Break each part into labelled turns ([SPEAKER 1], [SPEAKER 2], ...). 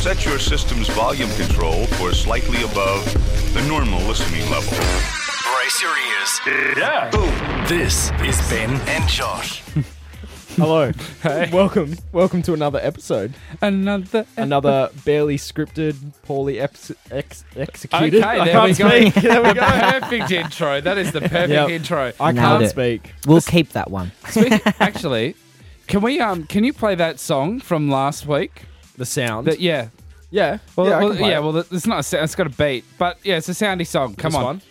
[SPEAKER 1] set your system's volume control for slightly above the normal listening level.
[SPEAKER 2] Brace your ears.
[SPEAKER 3] Yeah.
[SPEAKER 2] This is Ben and Josh.
[SPEAKER 4] Hello.
[SPEAKER 3] Hey.
[SPEAKER 4] Welcome. Welcome to another episode.
[SPEAKER 3] Another.
[SPEAKER 4] Another barely scripted, poorly ex- ex-
[SPEAKER 3] Okay,
[SPEAKER 4] executed.
[SPEAKER 3] there
[SPEAKER 4] I
[SPEAKER 3] we
[SPEAKER 4] can't
[SPEAKER 3] go.
[SPEAKER 4] speak. There we
[SPEAKER 3] the
[SPEAKER 4] go.
[SPEAKER 3] perfect intro. That is the perfect
[SPEAKER 4] Yep.
[SPEAKER 3] intro.
[SPEAKER 4] I
[SPEAKER 5] Nailed
[SPEAKER 4] can't
[SPEAKER 5] it.
[SPEAKER 4] speak.
[SPEAKER 5] We'll keep that one.
[SPEAKER 3] Speak- actually, can we um can you play that song from last week?
[SPEAKER 4] The sound.
[SPEAKER 3] That yeah.
[SPEAKER 4] yeah.
[SPEAKER 3] Well,
[SPEAKER 4] yeah, I
[SPEAKER 3] well,
[SPEAKER 4] can play
[SPEAKER 3] yeah,
[SPEAKER 4] it.
[SPEAKER 3] well, it's not. A, sound- it's got a beat, but yeah, it's a soundy song. Come
[SPEAKER 4] This
[SPEAKER 3] on.
[SPEAKER 4] one?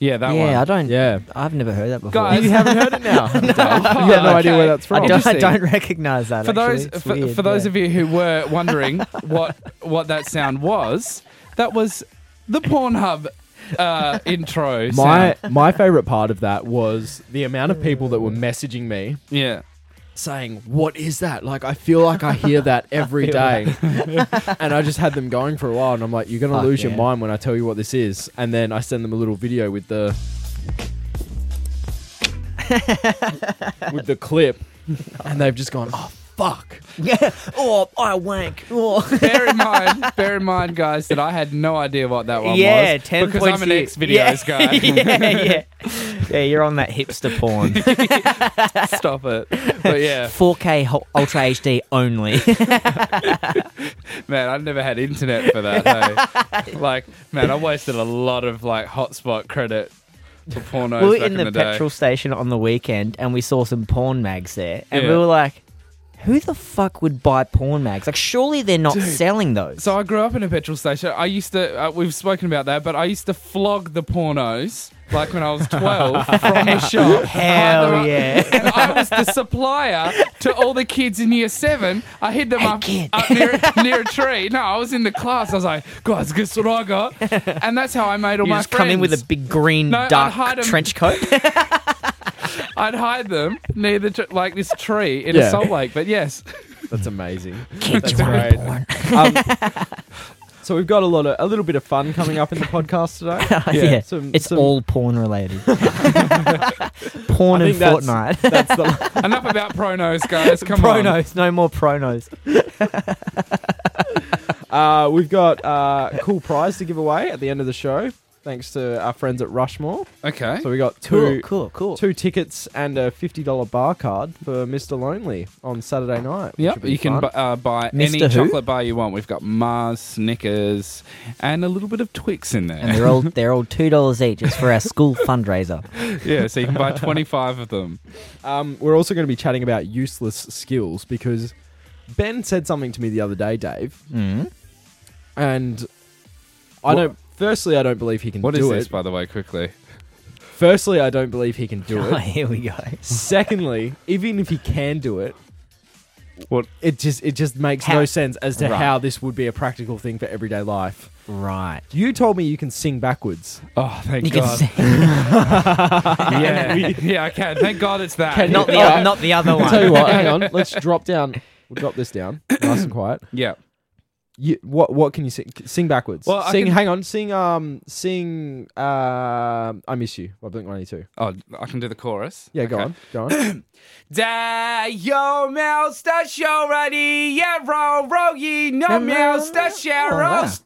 [SPEAKER 3] Yeah, that
[SPEAKER 5] yeah,
[SPEAKER 3] one.
[SPEAKER 5] I don't.
[SPEAKER 4] Yeah.
[SPEAKER 5] I've never heard that before.
[SPEAKER 3] Guys,
[SPEAKER 4] You haven't heard it now. no. You have no
[SPEAKER 3] okay.
[SPEAKER 4] idea where that's
[SPEAKER 5] I
[SPEAKER 4] from.
[SPEAKER 5] don't, I
[SPEAKER 3] Interesting.
[SPEAKER 5] don't recognize that.
[SPEAKER 3] for those
[SPEAKER 5] actually. It's
[SPEAKER 3] for,
[SPEAKER 5] weird,
[SPEAKER 3] for those
[SPEAKER 5] yeah.
[SPEAKER 3] of you who were wondering what what that sound was, that was the Pornhub uh, intro.
[SPEAKER 4] My
[SPEAKER 3] sound.
[SPEAKER 4] my favorite part of that was the amount of people that were messaging me
[SPEAKER 3] yeah.
[SPEAKER 4] saying, "What is that?" Like I feel like I hear that every day, and I just had them going for a while, and I'm like, "You're gonna
[SPEAKER 5] Fuck
[SPEAKER 4] lose your
[SPEAKER 5] yeah.
[SPEAKER 4] mind when I tell you what this is," and then I send them a little video with the with the clip, and they've just gone, "Oh fuck."
[SPEAKER 5] yeah. Oh, I wank. Oh.
[SPEAKER 3] Bear in mind, bear in mind, guys, that I had no idea what that one
[SPEAKER 5] yeah,
[SPEAKER 3] was
[SPEAKER 5] ten
[SPEAKER 3] because
[SPEAKER 5] points
[SPEAKER 3] I'm an
[SPEAKER 5] you-
[SPEAKER 3] ex videos
[SPEAKER 5] yeah.
[SPEAKER 3] guy.
[SPEAKER 5] yeah, yeah, yeah. You're on that hipster porn.
[SPEAKER 3] Stop it. But yeah,
[SPEAKER 5] 4K ho- Ultra HD only.
[SPEAKER 3] man, I never had internet for that. hey. Like, man, I wasted a lot of like hotspot credit for pornos
[SPEAKER 5] we were
[SPEAKER 3] back
[SPEAKER 5] in the,
[SPEAKER 3] the day.
[SPEAKER 5] petrol station on the weekend, and we saw some porn mags there, and
[SPEAKER 3] Yeah.
[SPEAKER 5] we were like, "Who the fuck would buy porn mags? Like, surely they're not selling those."
[SPEAKER 3] So I grew up in a petrol station. I used to, uh, we've spoken about that, but I used to flog the pornos like when I was 12 from the shop.
[SPEAKER 5] Hell
[SPEAKER 3] I-
[SPEAKER 5] yeah.
[SPEAKER 3] And I was the supplier to all the kids in year seven. I hid them up,
[SPEAKER 5] kid.
[SPEAKER 3] up near, near a tree. No, I was in the class. I was like, guys, guess what I got? And that's how I made all
[SPEAKER 5] you
[SPEAKER 3] my
[SPEAKER 5] just
[SPEAKER 3] friends.
[SPEAKER 5] come in with a big green
[SPEAKER 3] No, I'd hide
[SPEAKER 5] dark
[SPEAKER 3] 'em.
[SPEAKER 5] trench coat.
[SPEAKER 3] I'd hide them near the, tr- like this tree in a
[SPEAKER 4] Yeah.
[SPEAKER 3] salt lake. But yes,
[SPEAKER 4] That's amazing.
[SPEAKER 5] Kids
[SPEAKER 4] That's
[SPEAKER 5] want
[SPEAKER 4] great.
[SPEAKER 5] porn.
[SPEAKER 4] Um, so we've got a lot of a little bit of fun coming up in the podcast today.
[SPEAKER 5] yeah,
[SPEAKER 4] some-
[SPEAKER 5] it's
[SPEAKER 4] some-
[SPEAKER 5] all porn related. porn
[SPEAKER 4] I
[SPEAKER 5] and
[SPEAKER 4] think that's-
[SPEAKER 5] Fortnite.
[SPEAKER 4] That's the
[SPEAKER 3] enough about pronos, guys. Come on.
[SPEAKER 5] pronos, no more pronos.
[SPEAKER 4] Uh, we've got uh, cool prize to give away at the end of the show, thanks to our friends at Rushmore.
[SPEAKER 3] Okay.
[SPEAKER 4] So we got
[SPEAKER 5] Cool,
[SPEAKER 4] two
[SPEAKER 5] cool, cool.
[SPEAKER 4] two tickets and a fifty dollar bar card for Mister Lonely on Saturday night. which will
[SPEAKER 3] Yep,
[SPEAKER 4] be
[SPEAKER 3] you can
[SPEAKER 4] fun.
[SPEAKER 3] bu- uh, buy any
[SPEAKER 5] Mr. Who?
[SPEAKER 3] chocolate bar you want. We've got Mars, Snickers, and a little bit of Twix in
[SPEAKER 5] And
[SPEAKER 3] there.
[SPEAKER 5] they're all they're all two dollars each. It's for our school fundraiser.
[SPEAKER 3] yeah, so you can buy 25 of them.
[SPEAKER 4] um, we're also going to be chatting about useless skills because Ben said something to me the other day, Dave,
[SPEAKER 5] Mm.
[SPEAKER 4] and I
[SPEAKER 3] What-
[SPEAKER 4] don't. Firstly, I don't believe he can
[SPEAKER 3] What is
[SPEAKER 4] do
[SPEAKER 3] this,
[SPEAKER 4] it.
[SPEAKER 3] by the way, quickly?
[SPEAKER 4] Firstly, I don't believe he can do
[SPEAKER 5] Oh,
[SPEAKER 4] it.
[SPEAKER 5] here we go.
[SPEAKER 4] Secondly, even if he can do it,
[SPEAKER 3] What?
[SPEAKER 4] it just it just makes
[SPEAKER 5] How-
[SPEAKER 4] no sense as to
[SPEAKER 5] Right.
[SPEAKER 4] how this would be a practical thing for everyday life.
[SPEAKER 5] Right.
[SPEAKER 4] You told me you can sing backwards.
[SPEAKER 3] Oh, thank
[SPEAKER 5] You can
[SPEAKER 3] God.
[SPEAKER 5] see,
[SPEAKER 3] yeah. yeah, I can. Thank God it's that.
[SPEAKER 4] Can-
[SPEAKER 5] not the
[SPEAKER 4] Oh.
[SPEAKER 5] not the other one.
[SPEAKER 4] Tell you what, hang on, let's drop down. We'll drop this down, nice and quiet.
[SPEAKER 3] yeah.
[SPEAKER 4] You, what what can you sing? Sing backwards.
[SPEAKER 3] Well, I
[SPEAKER 4] sing.
[SPEAKER 3] can-
[SPEAKER 4] Hang on. Sing. Um. Sing. Uh, I miss you. I Blink One Eighty Two.
[SPEAKER 3] Oh, I can do the chorus.
[SPEAKER 4] Yeah. Go
[SPEAKER 3] Okay.
[SPEAKER 4] on. Go on.
[SPEAKER 3] Da yo mel sta shorari yeah ro ro ye no mel sta sharos.
[SPEAKER 4] Oh,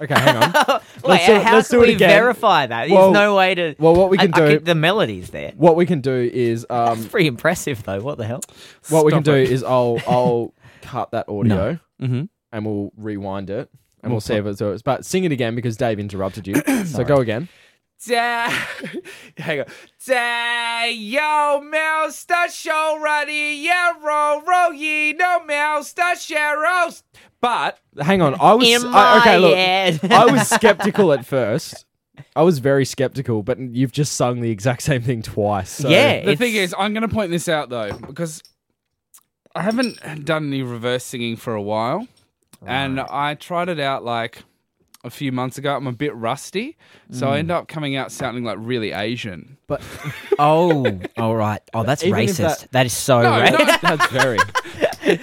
[SPEAKER 4] Okay. Hang on.
[SPEAKER 5] Wait,
[SPEAKER 4] Let's do it-
[SPEAKER 5] how
[SPEAKER 4] let's
[SPEAKER 5] can
[SPEAKER 4] do it
[SPEAKER 5] we
[SPEAKER 4] again.
[SPEAKER 5] verify that? There's
[SPEAKER 4] Well-
[SPEAKER 5] no way to.
[SPEAKER 4] Well, what we
[SPEAKER 5] I-
[SPEAKER 4] can
[SPEAKER 5] I
[SPEAKER 4] do-
[SPEAKER 5] could- the melody's there.
[SPEAKER 4] what we can do is
[SPEAKER 5] It's
[SPEAKER 4] um.
[SPEAKER 5] pretty impressive, though. What the hell?
[SPEAKER 4] What we can
[SPEAKER 3] Stop
[SPEAKER 4] do
[SPEAKER 3] it.
[SPEAKER 4] is I'll I'll cut that audio
[SPEAKER 3] Mhm.
[SPEAKER 4] and we'll rewind it and we'll see if it's yours. But sing it again because Dave interrupted you. so go again.
[SPEAKER 3] Da, hang on. Da, yo, mouse, the show, ruddy, yeah, row, row, ye, no, mouse, the sheros. But,
[SPEAKER 4] Hang on. I was
[SPEAKER 5] In
[SPEAKER 4] I, okay.
[SPEAKER 5] my
[SPEAKER 4] Look,
[SPEAKER 5] head.
[SPEAKER 4] I was skeptical at first. I was very skeptical, but you've just sung the exact same thing twice. So.
[SPEAKER 5] yeah.
[SPEAKER 3] the thing
[SPEAKER 5] it's-
[SPEAKER 3] is, I'm going to point this out, though, because I haven't done any reverse singing for a while. And I tried it out like a few months ago. I'm a bit rusty. So I end up coming out sounding like really Asian.
[SPEAKER 4] but
[SPEAKER 5] oh, all right. Oh, that's
[SPEAKER 4] Even if
[SPEAKER 5] racist.
[SPEAKER 4] that-
[SPEAKER 5] that is so
[SPEAKER 3] No,
[SPEAKER 5] racist.
[SPEAKER 3] no,
[SPEAKER 4] that's very.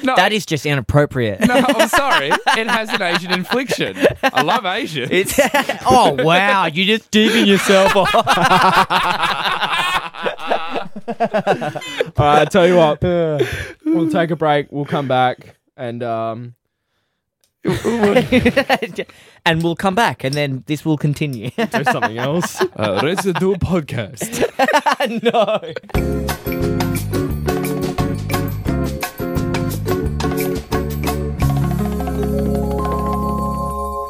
[SPEAKER 3] no,
[SPEAKER 5] That is just inappropriate.
[SPEAKER 3] no, I'm sorry. It has an Asian infliction. I love Asian.
[SPEAKER 5] It's oh wow, you just digging yourself off.
[SPEAKER 4] All right, I tell you what. We'll take a break. We'll come back and um,
[SPEAKER 5] and we'll come back, and then this will continue.
[SPEAKER 4] do something else.
[SPEAKER 3] Uh, Residue podcast.
[SPEAKER 5] no.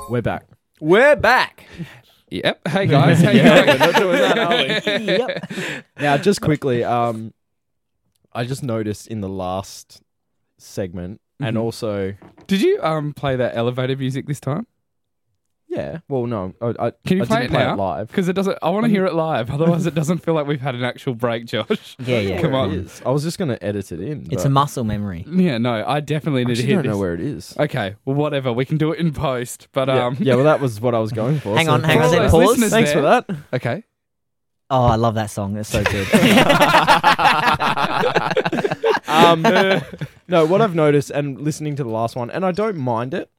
[SPEAKER 4] We're back.
[SPEAKER 5] We're back.
[SPEAKER 3] Yep. Hey guys, how you going?
[SPEAKER 5] yep.
[SPEAKER 4] Now, just quickly, um, I just noticed in the last segment, and
[SPEAKER 3] Mm-hmm.
[SPEAKER 4] also,
[SPEAKER 3] Did you um play that elevator music this time?
[SPEAKER 4] yeah. Well, no, I, I,
[SPEAKER 3] Can you
[SPEAKER 4] I
[SPEAKER 3] play,
[SPEAKER 4] didn't
[SPEAKER 3] it
[SPEAKER 4] play
[SPEAKER 3] now?
[SPEAKER 4] it live.
[SPEAKER 3] Because it doesn't. I want to hear it live. Otherwise, it doesn't feel like we've had an actual break, Josh.
[SPEAKER 5] Yeah, yeah.
[SPEAKER 3] Come
[SPEAKER 4] It
[SPEAKER 3] on.
[SPEAKER 4] is. I was just gonna edit it in.
[SPEAKER 5] It's
[SPEAKER 4] but
[SPEAKER 5] a muscle memory.
[SPEAKER 3] Yeah. No, I definitely
[SPEAKER 4] I
[SPEAKER 3] need to
[SPEAKER 4] actually
[SPEAKER 3] hear
[SPEAKER 4] don't
[SPEAKER 3] this.
[SPEAKER 4] know where it is.
[SPEAKER 3] Okay. Well, whatever. We can do it in post. But
[SPEAKER 4] yeah,
[SPEAKER 3] um.
[SPEAKER 4] yeah, well, that was what I was going for.
[SPEAKER 5] Hang on, hang
[SPEAKER 3] For all
[SPEAKER 5] on. Is it
[SPEAKER 3] those
[SPEAKER 5] pause?
[SPEAKER 3] listeners
[SPEAKER 4] Thanks
[SPEAKER 3] there-
[SPEAKER 4] for that.
[SPEAKER 3] Okay.
[SPEAKER 5] Oh, I love that song. It's so good.
[SPEAKER 4] Um, no, what I've noticed and listening to the last one, and I don't mind it,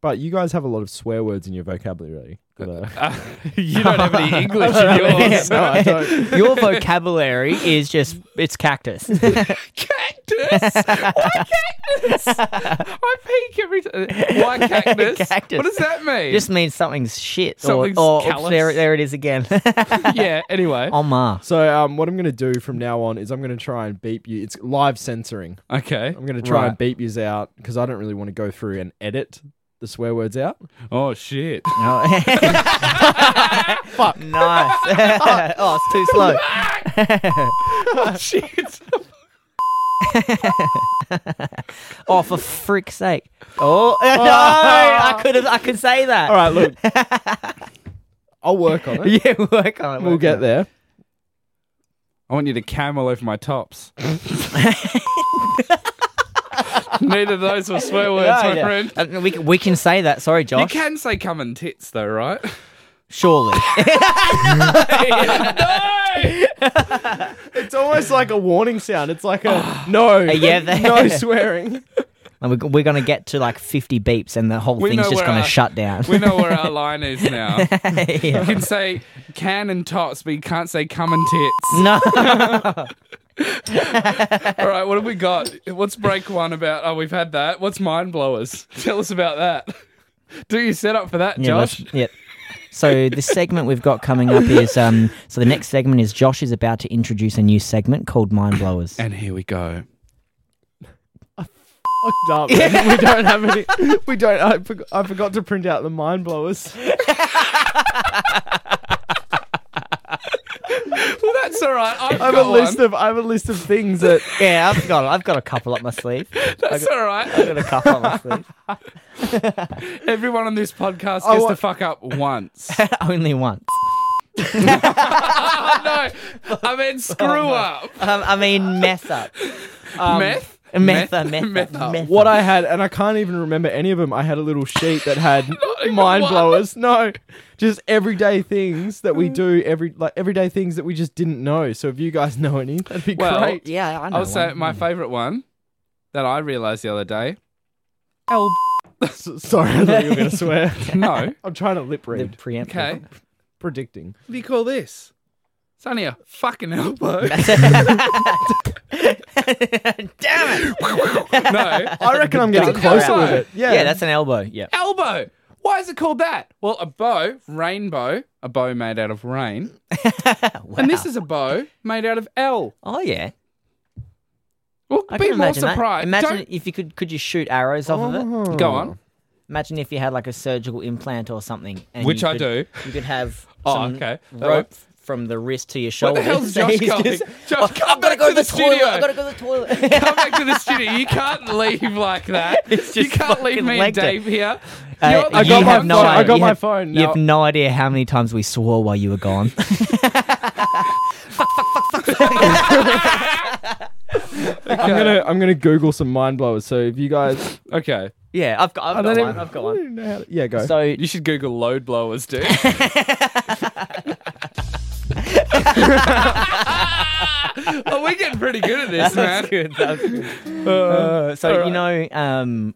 [SPEAKER 4] but you guys have a lot of swear words in your vocabulary. Good, uh,
[SPEAKER 3] Uh, you don't have any English in yours.
[SPEAKER 4] no, I don't.
[SPEAKER 5] Your vocabulary is just, it's cactus.
[SPEAKER 3] cactus. Why cactus? I peek every time. Why cactus?
[SPEAKER 5] Cactus.
[SPEAKER 3] What does that mean?
[SPEAKER 5] just means something's shit.
[SPEAKER 3] Something's
[SPEAKER 5] or, or
[SPEAKER 3] callous.
[SPEAKER 5] oops, there, there it is again.
[SPEAKER 3] yeah. Anyway.
[SPEAKER 5] Omar.
[SPEAKER 4] So, um, what I'm going to do from now on is I'm going to try and beep you. It's live censoring.
[SPEAKER 3] Okay.
[SPEAKER 4] I'm going to try
[SPEAKER 3] Right.
[SPEAKER 4] and beep yous out because I don't really want to go through and edit the swear words out.
[SPEAKER 3] Oh shit.
[SPEAKER 5] No. Fuck. Oh. Nice. oh, it's too slow.
[SPEAKER 3] shit.
[SPEAKER 5] Oh, for frick's sake. Oh, no. I could have, I could say that.
[SPEAKER 4] All right, look. I'll work on it.
[SPEAKER 5] Yeah, work on it.
[SPEAKER 4] We'll
[SPEAKER 5] work
[SPEAKER 4] get
[SPEAKER 5] on it.
[SPEAKER 4] there.
[SPEAKER 3] I want you to camel over my tops. Neither of those were swear words,
[SPEAKER 5] Yeah,
[SPEAKER 3] my
[SPEAKER 5] yeah.
[SPEAKER 3] friend.
[SPEAKER 5] Uh, we, can- we can say that. Sorry,
[SPEAKER 3] You
[SPEAKER 5] Josh.
[SPEAKER 3] can say cum and tits though, right?
[SPEAKER 5] Surely. Uh,
[SPEAKER 4] It's almost like a warning sound. It's like a no,
[SPEAKER 5] Uh, yeah, there.
[SPEAKER 4] no swearing.
[SPEAKER 5] And we're, we're going to get to like 50 beeps and the whole
[SPEAKER 3] We know
[SPEAKER 5] thing's just
[SPEAKER 3] where
[SPEAKER 5] going
[SPEAKER 3] our-
[SPEAKER 5] to shut down.
[SPEAKER 3] We know where our line is now. You
[SPEAKER 5] Yeah.
[SPEAKER 3] can say can and tops, but you can't say cum and tits.
[SPEAKER 5] No.
[SPEAKER 3] All right, what have we got? What's break one about? Oh, we've had that. What's mind blowers? Tell us about that. Do you set up for that,
[SPEAKER 5] Yeah,
[SPEAKER 3] Josh?
[SPEAKER 5] let's- Yep. So the segment we've got coming up is um, so the next segment is Josh is about to introduce a new segment called Mind Blowers.
[SPEAKER 3] And here we go.
[SPEAKER 4] Fucked up. we don't have any. We don't. I, forg I forgot to print out the mind blowers.
[SPEAKER 3] Well, that's all right. I've
[SPEAKER 4] I have
[SPEAKER 3] got
[SPEAKER 4] a list
[SPEAKER 3] one.
[SPEAKER 4] of. I have a list of things that.
[SPEAKER 5] yeah, I've got I've got a couple up my sleeve.
[SPEAKER 3] That's all right.
[SPEAKER 5] I've got a couple up my sleeve.
[SPEAKER 3] Everyone on this podcast
[SPEAKER 4] I
[SPEAKER 3] gets to
[SPEAKER 4] want-
[SPEAKER 3] fuck up once.
[SPEAKER 5] Only once.
[SPEAKER 3] no, I
[SPEAKER 5] Oh,
[SPEAKER 3] meant screw up.
[SPEAKER 5] Um, I mean, mess up. Um,
[SPEAKER 3] meth?
[SPEAKER 5] Meth, meth, meth,
[SPEAKER 3] meth up.
[SPEAKER 5] meth.
[SPEAKER 4] What I had, and I can't even remember any of them. I had a little sheet that had
[SPEAKER 3] even
[SPEAKER 4] mind
[SPEAKER 3] one.
[SPEAKER 4] blowers. No, just everyday things that we do. Every like everyday things that we just didn't know. So if you guys know any, that'd be
[SPEAKER 3] Well,
[SPEAKER 4] great.
[SPEAKER 5] Yeah, I know.
[SPEAKER 3] I'll say
[SPEAKER 5] one. Mm.
[SPEAKER 3] my favourite one that I realised the other day.
[SPEAKER 5] Oh,
[SPEAKER 4] S- Sorry, I thought you were gonna swear.
[SPEAKER 3] No.
[SPEAKER 4] I'm trying to lip
[SPEAKER 5] the
[SPEAKER 4] read.
[SPEAKER 5] preemptive.
[SPEAKER 3] Okay. What
[SPEAKER 4] predicting.
[SPEAKER 3] do you call this? It's only a fucking elbow.
[SPEAKER 5] Damn it!
[SPEAKER 3] no.
[SPEAKER 4] I reckon I'm getting
[SPEAKER 3] Dunk
[SPEAKER 4] closer
[SPEAKER 3] elbow.
[SPEAKER 4] with it. Yeah.
[SPEAKER 5] Yeah, that's an elbow. Yeah.
[SPEAKER 3] Elbow. Why is it called that? Well, a bow, rainbow, a bow made out of rain. And this is a bow made out of L.
[SPEAKER 5] Oh yeah.
[SPEAKER 3] Well,
[SPEAKER 5] I
[SPEAKER 3] be
[SPEAKER 5] can
[SPEAKER 3] more
[SPEAKER 5] imagine that.
[SPEAKER 3] surprised. Oh.
[SPEAKER 5] Imagine Mm. if you could could you shoot arrows off of it.
[SPEAKER 3] Don't go on.
[SPEAKER 5] Imagine if you had like a surgical implant or something. And
[SPEAKER 3] Which
[SPEAKER 5] you
[SPEAKER 3] I
[SPEAKER 5] could-
[SPEAKER 3] do.
[SPEAKER 5] You could have
[SPEAKER 3] Oh,
[SPEAKER 5] some
[SPEAKER 3] okay. That
[SPEAKER 5] rope
[SPEAKER 3] works.
[SPEAKER 5] from the wrist to your
[SPEAKER 3] What
[SPEAKER 5] shoulder.
[SPEAKER 3] the hell's
[SPEAKER 5] So
[SPEAKER 3] Josh
[SPEAKER 5] Oh, he's
[SPEAKER 3] going?
[SPEAKER 5] just- Oh,
[SPEAKER 3] Josh, come
[SPEAKER 5] gotta
[SPEAKER 3] back to the studio.
[SPEAKER 5] toilet. I gotta go to the toilet. Uh,
[SPEAKER 3] come back to the studio. You can't leave like that.
[SPEAKER 5] It's
[SPEAKER 3] you
[SPEAKER 5] just
[SPEAKER 3] can't leave
[SPEAKER 5] fucking
[SPEAKER 3] me and
[SPEAKER 5] legged it.
[SPEAKER 3] Dave here.
[SPEAKER 5] Uh,
[SPEAKER 3] You're the
[SPEAKER 4] got
[SPEAKER 5] you
[SPEAKER 4] my
[SPEAKER 5] have no
[SPEAKER 4] phone.
[SPEAKER 5] idea.
[SPEAKER 4] I got
[SPEAKER 5] you
[SPEAKER 4] my
[SPEAKER 5] have,
[SPEAKER 4] phone
[SPEAKER 5] You
[SPEAKER 4] now.
[SPEAKER 5] have no idea how many times we swore while you were gone.
[SPEAKER 4] I'm gonna I'm gonna Google some mind blowers. So if you guys,
[SPEAKER 3] Okay.
[SPEAKER 5] yeah, I've got, I've got one. I've got
[SPEAKER 4] I
[SPEAKER 5] one.
[SPEAKER 4] don't know how to- yeah, go.
[SPEAKER 5] So
[SPEAKER 3] You should Google load blowers, dude. oh, we're getting pretty good at this, man.
[SPEAKER 5] good. That's good. Uh, so you know, um,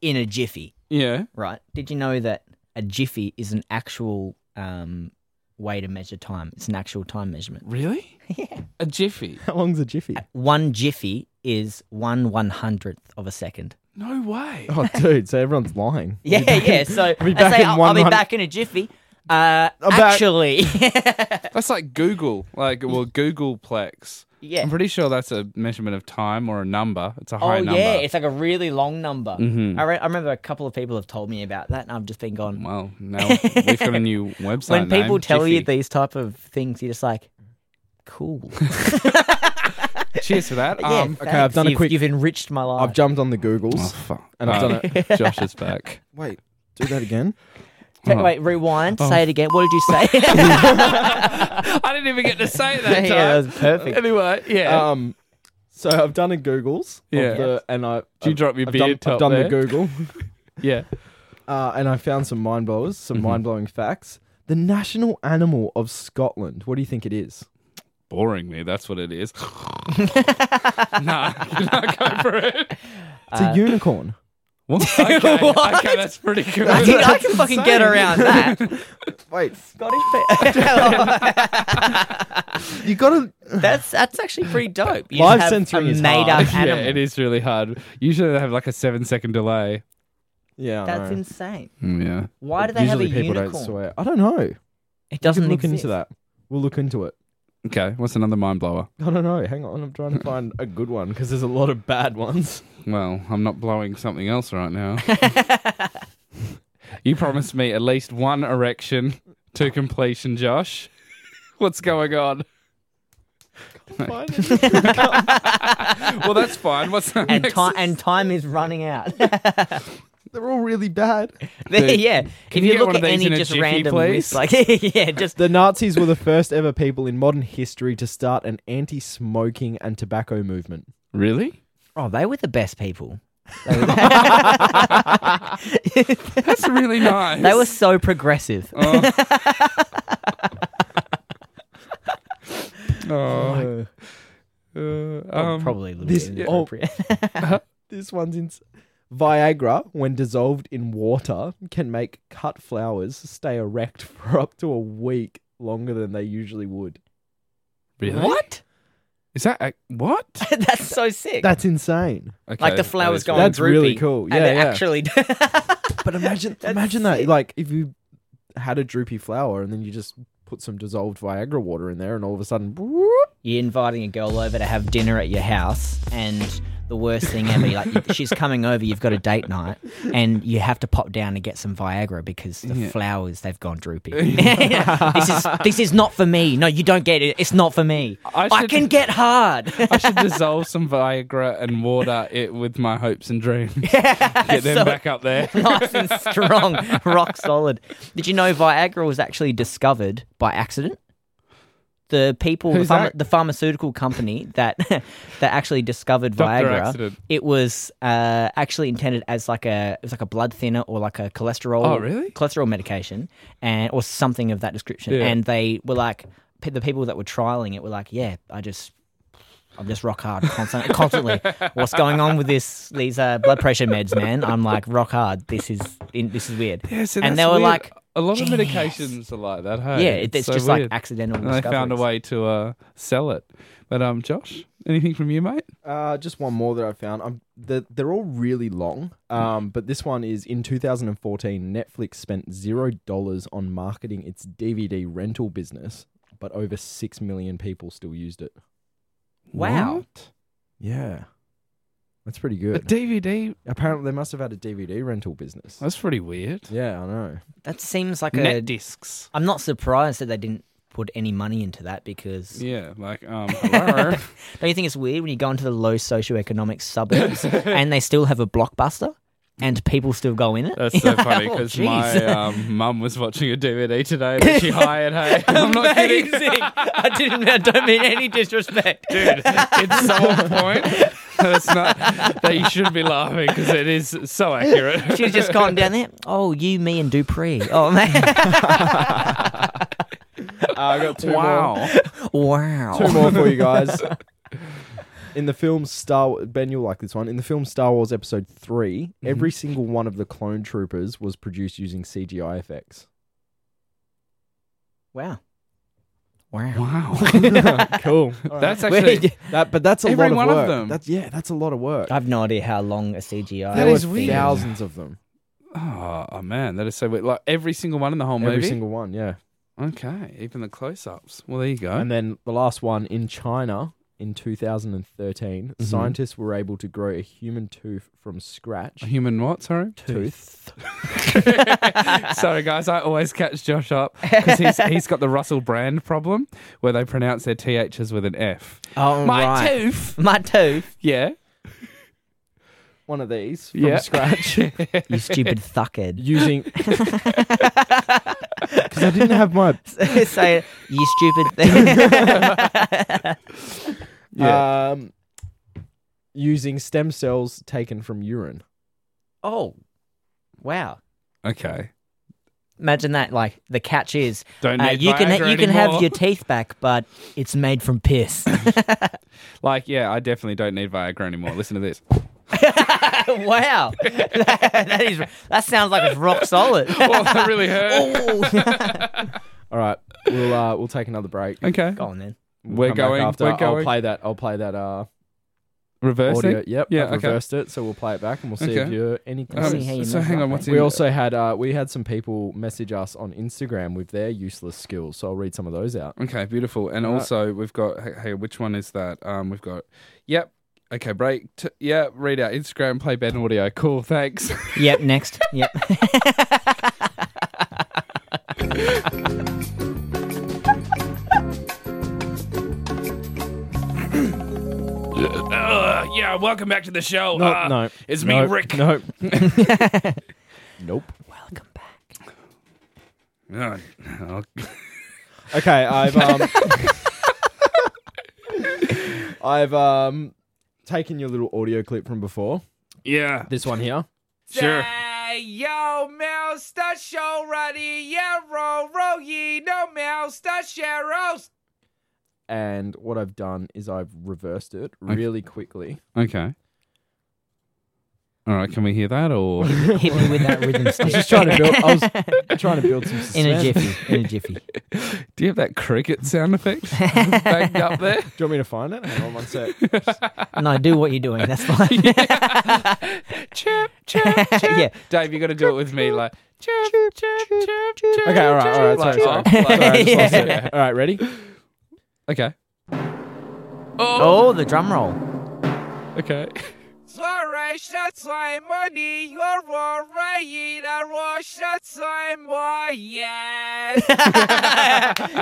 [SPEAKER 5] in a jiffy,
[SPEAKER 3] Yeah.
[SPEAKER 5] right? Did you know that a jiffy is an actual um, way to measure time. It's an actual time measurement.
[SPEAKER 3] Really? Yeah. A jiffy.
[SPEAKER 4] How long's a jiffy?
[SPEAKER 5] One jiffy is one one hundredth of a second.
[SPEAKER 3] No way.
[SPEAKER 4] Oh, dude, so everyone's lying.
[SPEAKER 5] Yeah, yeah. So
[SPEAKER 4] be
[SPEAKER 5] I
[SPEAKER 4] back
[SPEAKER 5] say
[SPEAKER 4] in
[SPEAKER 5] I'll,
[SPEAKER 4] one
[SPEAKER 5] I'll be
[SPEAKER 4] hun-
[SPEAKER 5] back in a jiffy. Uh,
[SPEAKER 4] back.
[SPEAKER 5] actually,
[SPEAKER 3] That's like Google. Like, well, Googleplex.
[SPEAKER 5] yeah.
[SPEAKER 3] I'm pretty sure that's a measurement of time or a number. It's a
[SPEAKER 5] Oh
[SPEAKER 3] high number.
[SPEAKER 5] yeah, it's like a really long number.
[SPEAKER 4] Mm-hmm.
[SPEAKER 5] I, re- I remember a couple of people have told me about that, and I've just been gone.
[SPEAKER 3] Well, now we've got a new website.
[SPEAKER 5] when people
[SPEAKER 3] name,
[SPEAKER 5] tell you
[SPEAKER 3] Jiffy.
[SPEAKER 5] these type of things, you're just like, cool.
[SPEAKER 3] cheers for that.
[SPEAKER 5] Yeah,
[SPEAKER 3] Um,
[SPEAKER 5] thanks.
[SPEAKER 4] I've done a
[SPEAKER 5] You've-
[SPEAKER 4] quick-
[SPEAKER 5] You've enriched my life.
[SPEAKER 4] I've jumped on the Googles.
[SPEAKER 3] oh, fuck.
[SPEAKER 4] And I've done
[SPEAKER 3] it. Josh is back.
[SPEAKER 4] Wait, do that again.
[SPEAKER 5] Ta- Wait, rewind.
[SPEAKER 3] Oh.
[SPEAKER 5] Say it again. What did you say?
[SPEAKER 3] I didn't even get to say it that time.
[SPEAKER 5] yeah, that was perfect.
[SPEAKER 3] Anyway, yeah.
[SPEAKER 4] Um, so I've done a Googles. of
[SPEAKER 3] Yeah.
[SPEAKER 4] the- and I.
[SPEAKER 3] Do you
[SPEAKER 4] I've-
[SPEAKER 3] drop your
[SPEAKER 4] I've done,
[SPEAKER 3] beard top
[SPEAKER 4] I've done
[SPEAKER 3] there?
[SPEAKER 4] the Google,
[SPEAKER 3] yeah.
[SPEAKER 4] uh, and I found some mind blowers, some
[SPEAKER 3] Mm-hmm.
[SPEAKER 4] mind blowing facts. The national animal of Scotland. What do you think it is?
[SPEAKER 3] Boring me. That's what it is. nah, you're not going for it.
[SPEAKER 4] It's
[SPEAKER 3] Uh,
[SPEAKER 4] a unicorn.
[SPEAKER 3] Okay, okay, that's pretty good.
[SPEAKER 5] I can, I can fucking get around that.
[SPEAKER 4] Wait,
[SPEAKER 5] Scottish people.
[SPEAKER 4] you gotta.
[SPEAKER 5] that's that's actually pretty dope. You
[SPEAKER 4] Live
[SPEAKER 5] have
[SPEAKER 4] censoring
[SPEAKER 5] a
[SPEAKER 4] is
[SPEAKER 5] made
[SPEAKER 4] hard.
[SPEAKER 5] up
[SPEAKER 3] yeah,
[SPEAKER 5] animal.
[SPEAKER 3] it is really hard. Usually they have like a seven second delay.
[SPEAKER 4] Yeah, I
[SPEAKER 5] That's
[SPEAKER 4] know.
[SPEAKER 5] insane.
[SPEAKER 3] Hmm, yeah.
[SPEAKER 5] Why do they
[SPEAKER 4] Usually
[SPEAKER 5] have a
[SPEAKER 4] people
[SPEAKER 5] unicorn?
[SPEAKER 4] don't swear. I don't know.
[SPEAKER 5] It
[SPEAKER 4] We
[SPEAKER 5] doesn't
[SPEAKER 4] can look
[SPEAKER 5] exist.
[SPEAKER 4] into that. We'll look into it.
[SPEAKER 3] Okay, what's another mind blower?
[SPEAKER 4] I don't know. Hang on, I'm trying to find a good one because there's a lot of bad ones.
[SPEAKER 3] Well, I'm not blowing something else right now. you promised me at least one erection to completion, Josh. What's going on? Well, that's fine. What's the
[SPEAKER 5] And
[SPEAKER 3] next?
[SPEAKER 5] time and time is running out.
[SPEAKER 4] They're all really bad.
[SPEAKER 5] yeah. If
[SPEAKER 3] you
[SPEAKER 5] you,
[SPEAKER 3] get
[SPEAKER 5] look
[SPEAKER 3] one
[SPEAKER 5] at
[SPEAKER 3] of these
[SPEAKER 5] any
[SPEAKER 3] in a
[SPEAKER 5] just
[SPEAKER 3] jiffy,
[SPEAKER 5] random
[SPEAKER 3] please?
[SPEAKER 5] list, like yeah, just
[SPEAKER 4] The Nazis were the first ever people in modern history to start an anti-smoking and tobacco movement.
[SPEAKER 3] Really?
[SPEAKER 5] oh, they were the best people.
[SPEAKER 3] That's really nice.
[SPEAKER 5] They were so progressive.
[SPEAKER 3] Oh. Uh, um,
[SPEAKER 5] Probably a little
[SPEAKER 4] this- oh,
[SPEAKER 5] bit
[SPEAKER 4] yeah.
[SPEAKER 5] inappropriate.
[SPEAKER 4] This one's in Viagra, when dissolved in water, can make cut flowers stay erect for up to a week longer than they usually would.
[SPEAKER 3] really?
[SPEAKER 5] What?
[SPEAKER 3] Is that a, what?
[SPEAKER 5] That's so sick.
[SPEAKER 4] That's insane.
[SPEAKER 3] Okay,
[SPEAKER 5] like the
[SPEAKER 3] that
[SPEAKER 5] flowers
[SPEAKER 3] is
[SPEAKER 5] going
[SPEAKER 4] That's
[SPEAKER 5] droopy,
[SPEAKER 4] really cool.
[SPEAKER 5] and
[SPEAKER 4] Yeah,
[SPEAKER 5] it
[SPEAKER 4] yeah.
[SPEAKER 5] actually.
[SPEAKER 4] But imagine imagine that like if you had a droopy flower and then you just put some dissolved Viagra water in there and all of a sudden whoop,
[SPEAKER 5] You're inviting a girl over to have dinner at your house, and the worst thing ever, like she's coming over, you've got a date night, and you have to pop down and get some Viagra because the flowers they've gone droopy. this is this is not for me. No, you don't get it. It's not for me.
[SPEAKER 3] I
[SPEAKER 5] I,
[SPEAKER 3] should-
[SPEAKER 5] can get hard.
[SPEAKER 3] I should dissolve some Viagra and water it with my hopes and dreams. Get them
[SPEAKER 5] so-
[SPEAKER 3] back up there.
[SPEAKER 5] nice and strong, rock solid. Did you know Viagra was actually discovered by accident? The people, the,
[SPEAKER 3] Who's
[SPEAKER 5] pharma,
[SPEAKER 3] that?
[SPEAKER 5] the pharmaceutical company that that actually discovered
[SPEAKER 3] Doctor
[SPEAKER 5] Viagra,
[SPEAKER 3] Accident.
[SPEAKER 5] it was uh, actually intended as like a it was like a blood thinner or like a cholesterol
[SPEAKER 3] Oh, really?
[SPEAKER 5] cholesterol medication and or something of that description.
[SPEAKER 3] Yeah.
[SPEAKER 5] And they were like p- the people that were trialing it were like, yeah, I just I'm just rock hard constant, constantly. What's going on with this? These uh, blood pressure meds, man. I'm like rock hard. This is in, this is weird.
[SPEAKER 3] Yeah, so
[SPEAKER 5] and
[SPEAKER 3] that's
[SPEAKER 5] they were
[SPEAKER 3] weird.
[SPEAKER 5] like,
[SPEAKER 3] a lot
[SPEAKER 5] "Genius."
[SPEAKER 3] of medications are like that. Hey,
[SPEAKER 5] yeah, it, it's
[SPEAKER 3] so
[SPEAKER 5] just
[SPEAKER 3] weird.
[SPEAKER 5] like accidental.
[SPEAKER 3] And they found a
[SPEAKER 5] discoveries.
[SPEAKER 3] way to uh, sell it. But um, Josh, anything from you, mate?
[SPEAKER 4] Uh, just one more that I found. Um, the, they're all really long, um, but this one is in 2014. Netflix spent zero dollars on marketing its DVD rental business, but over six million people still used it.
[SPEAKER 5] Wow.
[SPEAKER 3] What?
[SPEAKER 4] Yeah, that's pretty
[SPEAKER 3] A
[SPEAKER 4] good.
[SPEAKER 3] DVD?
[SPEAKER 4] Apparently, they must have had a DVD rental business.
[SPEAKER 3] That's pretty weird.
[SPEAKER 4] Yeah, I know.
[SPEAKER 5] That seems like a.
[SPEAKER 3] Net discs.
[SPEAKER 5] I'm not surprised that they didn't put any money into that because
[SPEAKER 3] Yeah, like um,
[SPEAKER 5] don't you think it's weird when you go into the low socioeconomic suburbs and they still have a blockbuster and people still go in it?
[SPEAKER 3] that's so funny
[SPEAKER 5] Oh,
[SPEAKER 3] because
[SPEAKER 5] jeez.
[SPEAKER 3] my um, mum was watching a DVD today that she hired. Hey, I'm not kidding,
[SPEAKER 5] Amazing. I didn't. I don't mean any disrespect.
[SPEAKER 3] dude. It's so on point. That's not that you shouldn't be laughing because it is so accurate.
[SPEAKER 5] She's just gone down there. Oh, you, me, and Dupree. Oh man!
[SPEAKER 4] Uh, I got two
[SPEAKER 3] Wow.
[SPEAKER 5] Wow.
[SPEAKER 3] Oh.
[SPEAKER 4] Two more for you guys. In the film Star Ben, you'll like this one. In the film Star Wars Episode 3
[SPEAKER 3] Mhm.
[SPEAKER 4] every single one of the clone troopers was produced using CGI effects.
[SPEAKER 5] Wow. Wow.
[SPEAKER 3] Wow.
[SPEAKER 4] cool.
[SPEAKER 3] That's
[SPEAKER 5] Where
[SPEAKER 3] actually.
[SPEAKER 5] did-
[SPEAKER 4] That, but that's a lot
[SPEAKER 3] Every
[SPEAKER 4] of
[SPEAKER 3] one of
[SPEAKER 4] work.
[SPEAKER 3] them.
[SPEAKER 4] That's yeah, that's a lot of work.
[SPEAKER 5] I have no idea how long a CGI.
[SPEAKER 3] That
[SPEAKER 4] there
[SPEAKER 3] is
[SPEAKER 4] were
[SPEAKER 3] weird.
[SPEAKER 4] thousands of them.
[SPEAKER 3] Oh, oh, man, that is so weird. Like every single one in the whole movie.
[SPEAKER 4] Every single one, yeah.
[SPEAKER 3] okay, even the close-ups. Well, there you go.
[SPEAKER 4] And then the last one in China in 2013,
[SPEAKER 3] Mhm.
[SPEAKER 4] scientists were able to grow a human tooth from scratch.
[SPEAKER 3] A human what? Sorry.
[SPEAKER 4] Tooth.
[SPEAKER 3] Sorry, guys. I always catch Josh up because he's, he's got the Russell Brand problem where they pronounce their THs with an F.
[SPEAKER 5] Oh,
[SPEAKER 3] My
[SPEAKER 5] right.
[SPEAKER 3] tooth.
[SPEAKER 5] My tooth.
[SPEAKER 3] Yeah.
[SPEAKER 4] One of these from
[SPEAKER 3] Yeah.
[SPEAKER 4] scratch
[SPEAKER 5] You stupid thuckhead.
[SPEAKER 4] using. Because I didn't have my.
[SPEAKER 5] Say, you stupid thing.
[SPEAKER 4] Um, using stem cells taken from urine.
[SPEAKER 5] oh, wow.
[SPEAKER 4] uh,
[SPEAKER 3] Okay.
[SPEAKER 5] Imagine that. Like the catch is,
[SPEAKER 3] Don't
[SPEAKER 5] uh,
[SPEAKER 3] need
[SPEAKER 5] you can
[SPEAKER 3] Viagra
[SPEAKER 5] you can have
[SPEAKER 3] anymore.
[SPEAKER 5] your teeth back, but it's made from piss.
[SPEAKER 3] Like, yeah, I definitely don't need Viagra anymore. Listen to this.
[SPEAKER 5] wow, that is that sounds like it's rock solid.
[SPEAKER 3] Oh, that really hurt.
[SPEAKER 4] All right, we'll uh, we'll take another break.
[SPEAKER 3] Okay.
[SPEAKER 5] Go on then.
[SPEAKER 4] We'll
[SPEAKER 3] We're
[SPEAKER 4] come back
[SPEAKER 3] going-
[SPEAKER 4] After.
[SPEAKER 3] we're
[SPEAKER 4] I'll
[SPEAKER 3] going-
[SPEAKER 4] play that. I'll play that. Uh,
[SPEAKER 3] Reversing.
[SPEAKER 4] audio. Yep.
[SPEAKER 3] Yeah,
[SPEAKER 4] I've
[SPEAKER 3] okay.
[SPEAKER 4] reversed it, so we'll play it back and we'll see if
[SPEAKER 3] Okay.
[SPEAKER 4] you're any
[SPEAKER 5] Let's
[SPEAKER 3] Um,
[SPEAKER 5] see how you
[SPEAKER 3] so
[SPEAKER 5] mess
[SPEAKER 3] hang
[SPEAKER 5] up,
[SPEAKER 3] on, what's
[SPEAKER 5] mate.
[SPEAKER 3] in
[SPEAKER 4] We also had uh, we had some people message us on Instagram with their useless skills, so I'll read some of those out.
[SPEAKER 3] Okay, beautiful. And
[SPEAKER 4] Right.
[SPEAKER 3] also, we've got hey, hey, which one is that? Um, we've got yep. Okay, break. T- yeah, read out Instagram, play bad audio. Cool, thanks.
[SPEAKER 5] Yep, next. Yep.
[SPEAKER 3] uh, yeah, welcome back to the show.
[SPEAKER 4] No,
[SPEAKER 3] Uh,
[SPEAKER 4] no,
[SPEAKER 3] it's me,
[SPEAKER 4] no,
[SPEAKER 3] Rick.
[SPEAKER 4] Nope. nope.
[SPEAKER 5] Welcome back.
[SPEAKER 3] Uh, oh,
[SPEAKER 4] Okay, I've um, I've um, taken your little audio clip from before.
[SPEAKER 3] yeah,
[SPEAKER 4] This one here.
[SPEAKER 3] sure. Yo, mouse, the show, ready, yeah, row, row, ye, no mouse, the sharrows.
[SPEAKER 4] And what I've done is I've reversed it really quickly.
[SPEAKER 3] Okay. All right, can we hear that or?
[SPEAKER 5] Hit me with that rhythm stick.
[SPEAKER 4] Just trying to build. I was trying to build some
[SPEAKER 5] in a
[SPEAKER 4] suspense.
[SPEAKER 5] jiffy. In a jiffy.
[SPEAKER 3] Do you have that cricket sound effect backed up there?
[SPEAKER 4] Do you want me to find it? Hang on one sec.
[SPEAKER 5] No, do what you're doing. That's fine.
[SPEAKER 3] chirp, chirp, chirp.
[SPEAKER 5] Yeah.
[SPEAKER 3] Dave, you got to do it with me, like chirp, chirp, chirp, chirp.
[SPEAKER 4] Okay, all right, all right,
[SPEAKER 3] Like,
[SPEAKER 4] sorry, sorry.
[SPEAKER 3] oh,
[SPEAKER 4] Sorry,
[SPEAKER 3] like-
[SPEAKER 4] I just lost it.
[SPEAKER 5] Yeah.
[SPEAKER 4] All right, ready?
[SPEAKER 3] okay,
[SPEAKER 5] Oh, the drum roll.
[SPEAKER 3] okay.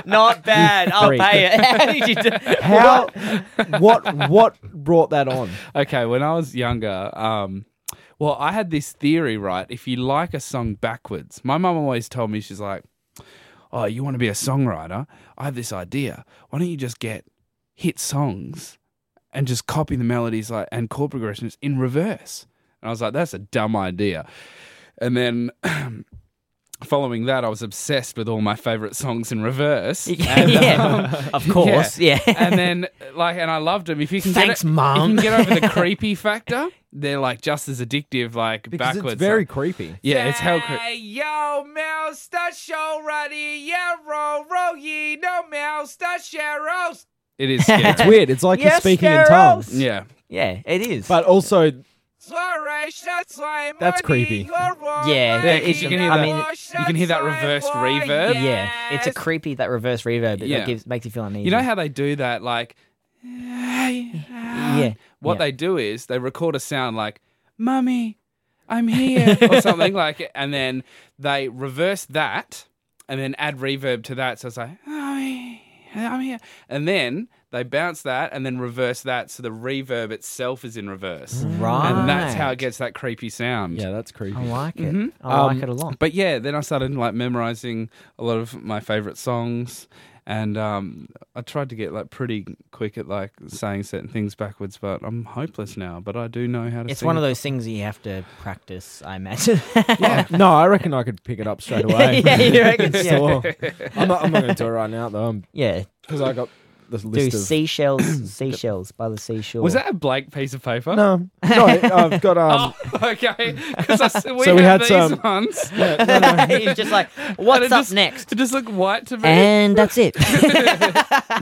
[SPEAKER 5] Not bad. I'll
[SPEAKER 4] freak.
[SPEAKER 5] pay it. How did you do?
[SPEAKER 4] How? what? What brought that on?
[SPEAKER 3] Okay, when I was younger, um, well, I had this theory, right? If you like a song backwards, my mum always told me, she's like, Oh, you want to be a songwriter? I have this idea. Why don't you just get hit songs and just copy the melodies like and chord progressions in reverse? And I was like, That's a dumb idea. And then following that, I was obsessed with all my favorite songs in reverse. And,
[SPEAKER 5] yeah, of course. um, Yeah.
[SPEAKER 3] and then like and I loved them. If you can
[SPEAKER 5] Thanks,
[SPEAKER 3] get it,
[SPEAKER 5] Mum.
[SPEAKER 3] If you can get over the creepy factor, they're like just as addictive, like
[SPEAKER 4] Because
[SPEAKER 3] backwards.
[SPEAKER 4] it's very
[SPEAKER 3] like-
[SPEAKER 4] creepy.
[SPEAKER 3] yeah, it's hell creepy.
[SPEAKER 6] Yo, mouse, the show ready. Yeah, row, row, ye, no mouse, the sharrows.
[SPEAKER 3] It is scary.
[SPEAKER 4] It's weird. It's like
[SPEAKER 5] Yes,
[SPEAKER 4] you're speaking in
[SPEAKER 5] sparrows.
[SPEAKER 4] tongues.
[SPEAKER 3] yeah.
[SPEAKER 5] yeah, it is.
[SPEAKER 4] But also,
[SPEAKER 6] Sorry, shots, why,
[SPEAKER 4] That's
[SPEAKER 6] money,
[SPEAKER 4] creepy.
[SPEAKER 6] you're wrong,
[SPEAKER 5] yeah,
[SPEAKER 3] Yeah,
[SPEAKER 5] it
[SPEAKER 3] 'cause
[SPEAKER 5] is.
[SPEAKER 3] you can hear
[SPEAKER 5] I
[SPEAKER 3] that.
[SPEAKER 5] mean,
[SPEAKER 3] you can hear that reversed reverb.
[SPEAKER 5] yeah, it's a creepy that reverse reverb. It
[SPEAKER 3] uh, Yeah.
[SPEAKER 5] gives makes you feel uneasy.
[SPEAKER 3] You know how they do that? Like,
[SPEAKER 5] yeah,
[SPEAKER 3] what
[SPEAKER 5] yeah.
[SPEAKER 3] they do is they record a sound like, "Mummy, I'm here" or something like, and then they reverse that and then add reverb to that. So it's like, "Mummy, I'm here," and then they bounce that and then reverse that, so the reverb itself is in reverse,
[SPEAKER 5] Mm-hmm. right,
[SPEAKER 3] and that's how it gets that creepy sound.
[SPEAKER 4] yeah, that's creepy.
[SPEAKER 5] I like it. I like it a lot.
[SPEAKER 3] But yeah, then I started like memorizing a lot of my favorite songs, and um, I tried to get like pretty quick at like saying certain things backwards. But I'm hopeless now. But I do know how to.
[SPEAKER 5] It's
[SPEAKER 3] sing
[SPEAKER 5] one of
[SPEAKER 3] it.
[SPEAKER 5] those things that you have to practice. I imagine.
[SPEAKER 4] Yeah. No, I reckon I could pick it up straight away.
[SPEAKER 5] yeah, you reckon? Yeah.
[SPEAKER 4] Sure. I'm not, I'm not going to do it right now though,
[SPEAKER 5] yeah.
[SPEAKER 4] because I got the list
[SPEAKER 5] Do
[SPEAKER 4] of.
[SPEAKER 5] seashells, seashells by the seashore.
[SPEAKER 3] Was that a blank piece of paper? Oh,
[SPEAKER 4] no, no, I've got um.
[SPEAKER 3] okay. 'Cause I s- we
[SPEAKER 4] So we had
[SPEAKER 3] have these
[SPEAKER 4] some-
[SPEAKER 3] ones.
[SPEAKER 5] He's just like,
[SPEAKER 3] and
[SPEAKER 5] what's
[SPEAKER 3] it
[SPEAKER 5] up
[SPEAKER 3] just-
[SPEAKER 5] next?
[SPEAKER 3] It just looked white to me.
[SPEAKER 5] And that's it.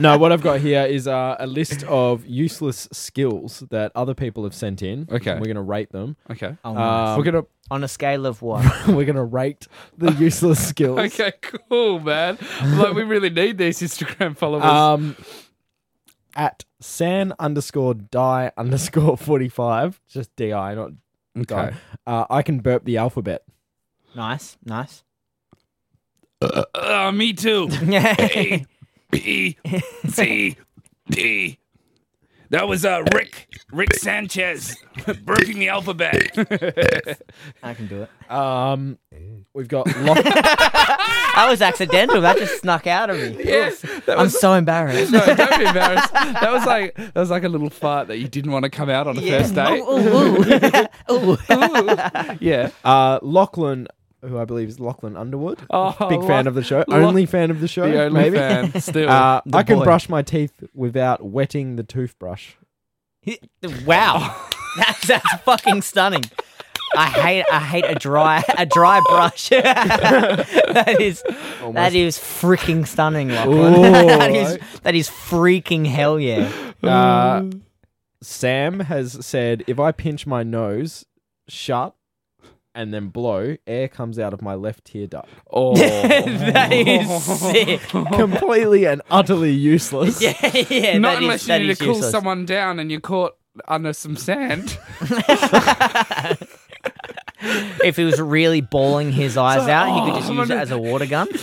[SPEAKER 4] no, what I've got here is uh, a list of useless skills that other people have sent in.
[SPEAKER 3] Okay.
[SPEAKER 4] and we're gonna rate them.
[SPEAKER 3] okay.
[SPEAKER 5] Oh, nice.
[SPEAKER 4] Um,
[SPEAKER 3] We're gonna.
[SPEAKER 5] On a scale of what?
[SPEAKER 4] we're gonna rate the useless skills.
[SPEAKER 3] Okay, cool, man. Like we really need these Instagram followers.
[SPEAKER 4] Um, at san underscore die underscore forty five, just di, not die.
[SPEAKER 3] okay.
[SPEAKER 4] Uh, I can burp the alphabet.
[SPEAKER 5] Nice, nice.
[SPEAKER 3] Uh, me too.
[SPEAKER 5] Yeah.
[SPEAKER 3] P C P. That was uh, Rick Rick Sanchez burping the alphabet.
[SPEAKER 5] I can do it.
[SPEAKER 4] Um, we've got lock-
[SPEAKER 5] That was accidental. That just snuck out of me.
[SPEAKER 3] yes, that
[SPEAKER 5] I'm
[SPEAKER 3] was.
[SPEAKER 5] so embarrassed.
[SPEAKER 3] No, don't be embarrassed. That was like that was like a little fart that you didn't want to come out on a first date.
[SPEAKER 5] Ooh, ooh, ooh. Ooh.
[SPEAKER 3] Yeah.
[SPEAKER 4] uh, Lachlan, who I believe is Lachlan Underwood.
[SPEAKER 3] Oh,
[SPEAKER 4] Big fan of the show.
[SPEAKER 3] Lach-
[SPEAKER 4] only fan of the show.
[SPEAKER 3] the only
[SPEAKER 4] maybe.
[SPEAKER 3] fan still.
[SPEAKER 4] Uh,
[SPEAKER 5] The
[SPEAKER 4] I can
[SPEAKER 5] boy.
[SPEAKER 4] brush my teeth without wetting the toothbrush.
[SPEAKER 5] Wow, that's that's fucking stunning. I hate I hate a dry a dry brush. that is that is freaking stunning, Lachlan.
[SPEAKER 4] Ooh,
[SPEAKER 5] that is
[SPEAKER 4] right.
[SPEAKER 5] that is freaking hell yeah.
[SPEAKER 4] Uh, Sam has said, if I pinch my nose shut and then blow, air comes out of my left tear duct.
[SPEAKER 3] oh.
[SPEAKER 5] that is sick.
[SPEAKER 4] Completely and utterly useless.
[SPEAKER 5] Yeah, yeah.
[SPEAKER 3] Not
[SPEAKER 5] that
[SPEAKER 3] unless
[SPEAKER 5] is-
[SPEAKER 3] you
[SPEAKER 5] that
[SPEAKER 3] need to
[SPEAKER 5] is
[SPEAKER 3] cool
[SPEAKER 5] useless.
[SPEAKER 3] someone down and you're caught under some sand.
[SPEAKER 5] If he was really bawling his eyes out, he could just
[SPEAKER 3] "Oh,
[SPEAKER 5] use it
[SPEAKER 3] I'm
[SPEAKER 5] as a water gun.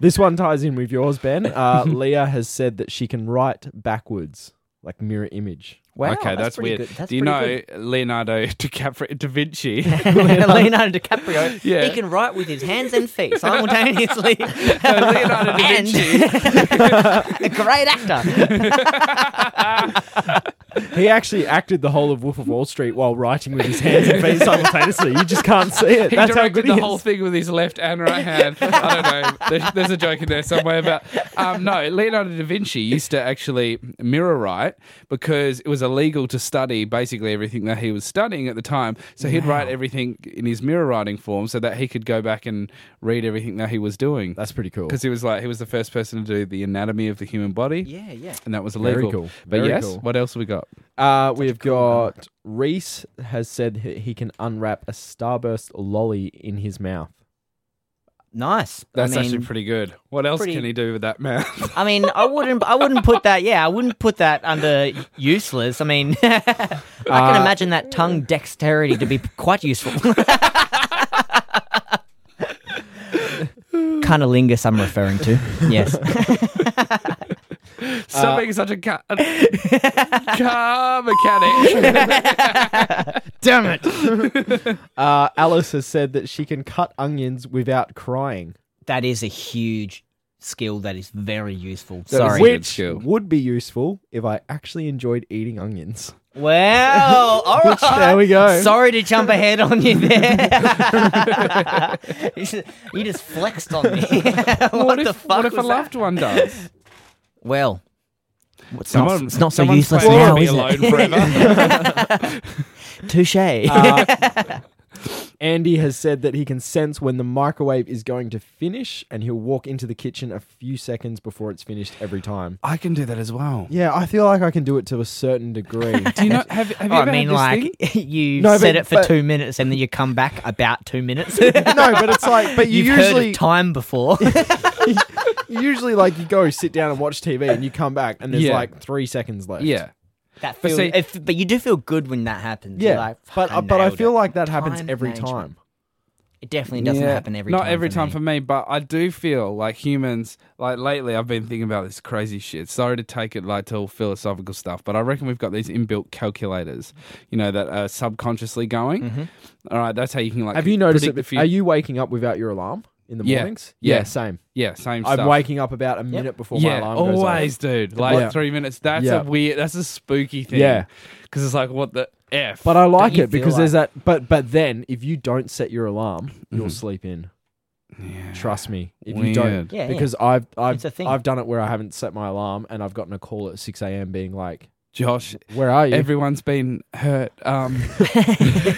[SPEAKER 4] This one ties in with yours, Ben. Uh, Leah has said that she can write backwards, like mirror image.
[SPEAKER 5] Wow,
[SPEAKER 3] okay, that's,
[SPEAKER 5] pretty
[SPEAKER 3] weird.
[SPEAKER 5] good. That's
[SPEAKER 3] Do you
[SPEAKER 5] pretty
[SPEAKER 3] know
[SPEAKER 5] good.
[SPEAKER 3] Leonardo DiCaprio da Vinci?
[SPEAKER 5] Leonardo DiCaprio.
[SPEAKER 3] Yeah.
[SPEAKER 5] He can write with his hands and feet simultaneously.
[SPEAKER 3] Leonardo da
[SPEAKER 5] And-
[SPEAKER 3] Vinci.
[SPEAKER 5] a great actor.
[SPEAKER 4] He actually acted the whole of Wolf of Wall Street while writing with his hands and feet simultaneously. You just can't see it.
[SPEAKER 3] He
[SPEAKER 4] That's how
[SPEAKER 3] directed
[SPEAKER 4] good
[SPEAKER 3] the
[SPEAKER 4] he
[SPEAKER 3] whole
[SPEAKER 4] is.
[SPEAKER 3] thing with his left and right hand. I don't know. There's, there's a joke in there somewhere about. Um, no, Leonardo da Vinci used to actually mirror write because it was illegal to study basically everything that he was studying at the time. So he'd write everything in his mirror writing form so that he could go back and read everything that he was doing.
[SPEAKER 4] That's pretty cool.
[SPEAKER 3] because he was like he was the first person to do the anatomy of the human body.
[SPEAKER 5] Yeah, yeah.
[SPEAKER 3] and that was
[SPEAKER 4] Very
[SPEAKER 3] illegal.
[SPEAKER 4] cool.
[SPEAKER 3] But
[SPEAKER 4] Very
[SPEAKER 3] yes,
[SPEAKER 4] cool.
[SPEAKER 3] what else have we got?
[SPEAKER 4] Uh, we've got Reese has said he he can unwrap a starburst lolly in his mouth.
[SPEAKER 5] Nice.
[SPEAKER 3] That's
[SPEAKER 5] I mean,
[SPEAKER 3] actually pretty good. What else
[SPEAKER 5] pretty-
[SPEAKER 3] can he do with that mouth?
[SPEAKER 5] I mean, I wouldn't, I wouldn't put that. Yeah, I wouldn't put that under useless. I mean, I can imagine that tongue dexterity to be quite useful. Cunnilingus, I'm referring to. Yes.
[SPEAKER 3] Stop
[SPEAKER 5] Uh,
[SPEAKER 3] being such a car, a car mechanic.
[SPEAKER 4] Damn it! uh, Alice has said that she can cut onions without crying,
[SPEAKER 5] that is a huge skill that is very useful. Sorry.
[SPEAKER 3] Wait.
[SPEAKER 4] which
[SPEAKER 3] skill.
[SPEAKER 4] would be useful if I actually enjoyed eating onions.
[SPEAKER 5] Well, all right.
[SPEAKER 4] there we go.
[SPEAKER 5] Sorry to jump ahead on you there. you just- you just flexed on me. what,
[SPEAKER 3] what
[SPEAKER 5] the
[SPEAKER 3] if,
[SPEAKER 5] fuck
[SPEAKER 3] what if a
[SPEAKER 5] was that?
[SPEAKER 3] loved one does?
[SPEAKER 5] Well, it's not,
[SPEAKER 3] Someone-
[SPEAKER 5] it's not so
[SPEAKER 3] someone's
[SPEAKER 5] useless
[SPEAKER 3] planning to
[SPEAKER 5] now,
[SPEAKER 3] be
[SPEAKER 5] is
[SPEAKER 3] alone
[SPEAKER 5] it?
[SPEAKER 3] forever.
[SPEAKER 5] Touche.
[SPEAKER 4] Andy has said that he can sense when the microwave is going to finish, and he'll walk into the kitchen a few seconds before it's finished every time.
[SPEAKER 3] I can do that as well.
[SPEAKER 4] Yeah, I feel like I can do it to a certain degree.
[SPEAKER 3] Do you not have? Have you
[SPEAKER 5] Oh, I
[SPEAKER 3] ever
[SPEAKER 5] mean,
[SPEAKER 3] had this
[SPEAKER 5] like
[SPEAKER 3] thing?
[SPEAKER 5] you
[SPEAKER 4] No,
[SPEAKER 5] set
[SPEAKER 4] but-
[SPEAKER 5] it for
[SPEAKER 4] but-
[SPEAKER 5] two minutes and then you come back about two minutes.
[SPEAKER 4] no, but it's like, but you
[SPEAKER 5] You've heard
[SPEAKER 4] usually
[SPEAKER 5] of time before.
[SPEAKER 4] usually like you go sit down and watch TV and you come back and there's
[SPEAKER 3] Yeah.
[SPEAKER 4] like three seconds left.
[SPEAKER 3] Yeah. But
[SPEAKER 5] that feels,
[SPEAKER 3] see-
[SPEAKER 5] if- but you do feel good when that happens. You're
[SPEAKER 4] yeah.
[SPEAKER 5] like,
[SPEAKER 4] but uh,
[SPEAKER 5] "Fuck, I
[SPEAKER 4] but I
[SPEAKER 5] nailed
[SPEAKER 4] feel
[SPEAKER 5] it."
[SPEAKER 4] like that happens
[SPEAKER 5] Time
[SPEAKER 4] every
[SPEAKER 5] management.
[SPEAKER 4] time.
[SPEAKER 5] it definitely doesn't
[SPEAKER 3] Yeah.
[SPEAKER 5] happen every
[SPEAKER 3] Not
[SPEAKER 5] time.
[SPEAKER 3] every
[SPEAKER 5] for
[SPEAKER 3] time
[SPEAKER 5] me.
[SPEAKER 3] for me, but I do feel like humans, like lately, I've been thinking about this crazy shit. Sorry to take it like to all philosophical stuff, but I reckon we've got these inbuilt calculators, you know, that are subconsciously going.
[SPEAKER 5] Mm-hmm.
[SPEAKER 3] All right, that's how you can like.
[SPEAKER 4] Have you noticed it?
[SPEAKER 3] predict the
[SPEAKER 4] Are
[SPEAKER 3] fut-
[SPEAKER 4] you waking up without your alarm in the
[SPEAKER 3] Yeah.
[SPEAKER 4] mornings?
[SPEAKER 3] Yeah.
[SPEAKER 4] same.
[SPEAKER 3] yeah, same.
[SPEAKER 4] I'm
[SPEAKER 3] stuff.
[SPEAKER 4] waking up about a minute before my
[SPEAKER 3] Yeah,
[SPEAKER 4] alarm goes off.
[SPEAKER 3] always, dude. Like
[SPEAKER 4] Yeah.
[SPEAKER 3] three minutes. That's
[SPEAKER 4] Yeah.
[SPEAKER 3] a weird. That's a spooky thing.
[SPEAKER 4] Yeah.
[SPEAKER 3] because it's like what the f.
[SPEAKER 4] But I like
[SPEAKER 5] you
[SPEAKER 4] it because
[SPEAKER 5] feel
[SPEAKER 4] there's that. But but then if you don't set your alarm, you'll sleep in. Trust me, if you don't,
[SPEAKER 3] Mm-hmm. Weird.
[SPEAKER 5] Yeah, yeah.
[SPEAKER 4] because I've I've
[SPEAKER 5] It's a thing.
[SPEAKER 4] I've done it where I haven't set my alarm and I've gotten a call at six a.m. being like,
[SPEAKER 3] Josh,
[SPEAKER 4] "Where are you?"
[SPEAKER 3] everyone's been hurt. Um,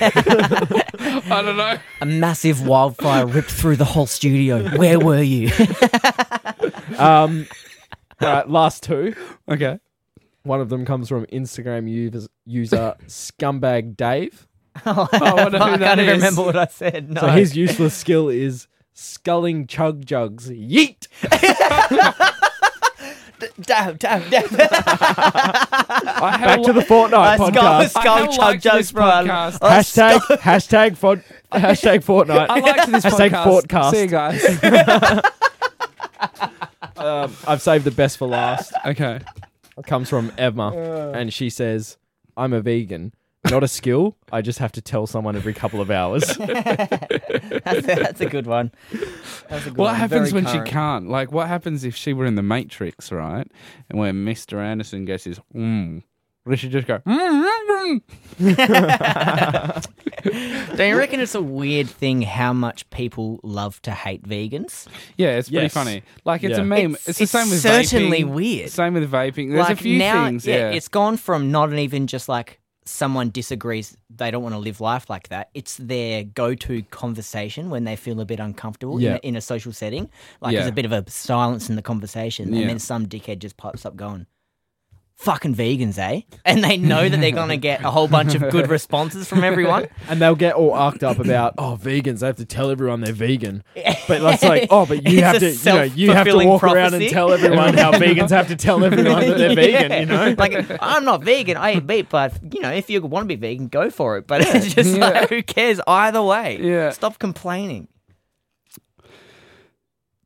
[SPEAKER 3] I don't know.
[SPEAKER 5] A massive wildfire ripped through the whole studio. Where were you?
[SPEAKER 4] um, all right, last two.
[SPEAKER 3] Okay.
[SPEAKER 4] One of them comes from Instagram user, user scumbag Dave.
[SPEAKER 3] I wonder who
[SPEAKER 5] I
[SPEAKER 3] that
[SPEAKER 5] can't even
[SPEAKER 3] is.
[SPEAKER 5] remember what I said. No.
[SPEAKER 4] So his useless skill is sculling chug jugs. Yeet.
[SPEAKER 5] Damn, damn, damn.
[SPEAKER 3] I
[SPEAKER 4] Back
[SPEAKER 3] held-
[SPEAKER 4] to the Fortnite
[SPEAKER 5] I
[SPEAKER 4] podcast.
[SPEAKER 5] scull- skull
[SPEAKER 3] I
[SPEAKER 5] chug
[SPEAKER 3] liked
[SPEAKER 5] jugs,
[SPEAKER 3] this
[SPEAKER 5] bro. I-
[SPEAKER 3] podcast.
[SPEAKER 5] I
[SPEAKER 4] Hashtag hashtag fort, hashtag Fortnite.
[SPEAKER 3] I liked this
[SPEAKER 4] Hashtag
[SPEAKER 3] podcast.
[SPEAKER 4] Fortcast.
[SPEAKER 3] See you guys.
[SPEAKER 4] Um, I've saved the best for last.
[SPEAKER 3] okay.
[SPEAKER 4] comes from Emma, and she says, "I'm a vegan. Not a skill. I just have to tell someone every couple of hours."
[SPEAKER 5] That's a, that's a good one. That's a good
[SPEAKER 3] What
[SPEAKER 5] one.
[SPEAKER 3] happens
[SPEAKER 5] Very
[SPEAKER 3] when
[SPEAKER 5] current.
[SPEAKER 3] she can't? Like, what happens if she were in the Matrix, right? And where Mr. Anderson guesses, mm. What does she just go, mm,
[SPEAKER 5] Do you reckon it's a weird thing how much people love to hate vegans?
[SPEAKER 3] Yeah, it's pretty
[SPEAKER 4] Yes.
[SPEAKER 3] funny. Like, it's
[SPEAKER 4] Yeah.
[SPEAKER 3] a meme. It's,
[SPEAKER 5] It's-
[SPEAKER 3] the
[SPEAKER 5] it's
[SPEAKER 3] same with
[SPEAKER 5] certainly
[SPEAKER 3] vaping.
[SPEAKER 5] weird.
[SPEAKER 3] Same with vaping. There's
[SPEAKER 5] like
[SPEAKER 3] a few
[SPEAKER 5] now,
[SPEAKER 3] things. Yeah,
[SPEAKER 5] it's gone from not even just like someone disagrees, they don't want to live life like that. It's their go-to conversation when they feel a bit uncomfortable
[SPEAKER 4] Yeah.
[SPEAKER 5] in, a, in a social setting. Like
[SPEAKER 3] Yeah.
[SPEAKER 5] there's a bit of a silence in the conversation,
[SPEAKER 3] Yeah.
[SPEAKER 5] and then some dickhead just pops up going. Fucking vegans, eh? And they know that they're gonna get a whole bunch of good responses from everyone.
[SPEAKER 4] and they'll get all arced up about, "Oh, vegans! They have to tell everyone they're vegan." But that's like, "Oh, but you
[SPEAKER 5] It's
[SPEAKER 4] have
[SPEAKER 5] a
[SPEAKER 4] to, you know, you have to
[SPEAKER 5] self-fulfilling
[SPEAKER 4] walk around and
[SPEAKER 5] prophecy.
[SPEAKER 4] tell everyone how vegans have to tell everyone that they're vegan." You know,
[SPEAKER 5] know? Like, I'm not vegan. I eat meat, but, you know, if you want to be vegan, go for it. But it's just like, who cares either way?
[SPEAKER 3] Yeah.
[SPEAKER 5] Stop complaining.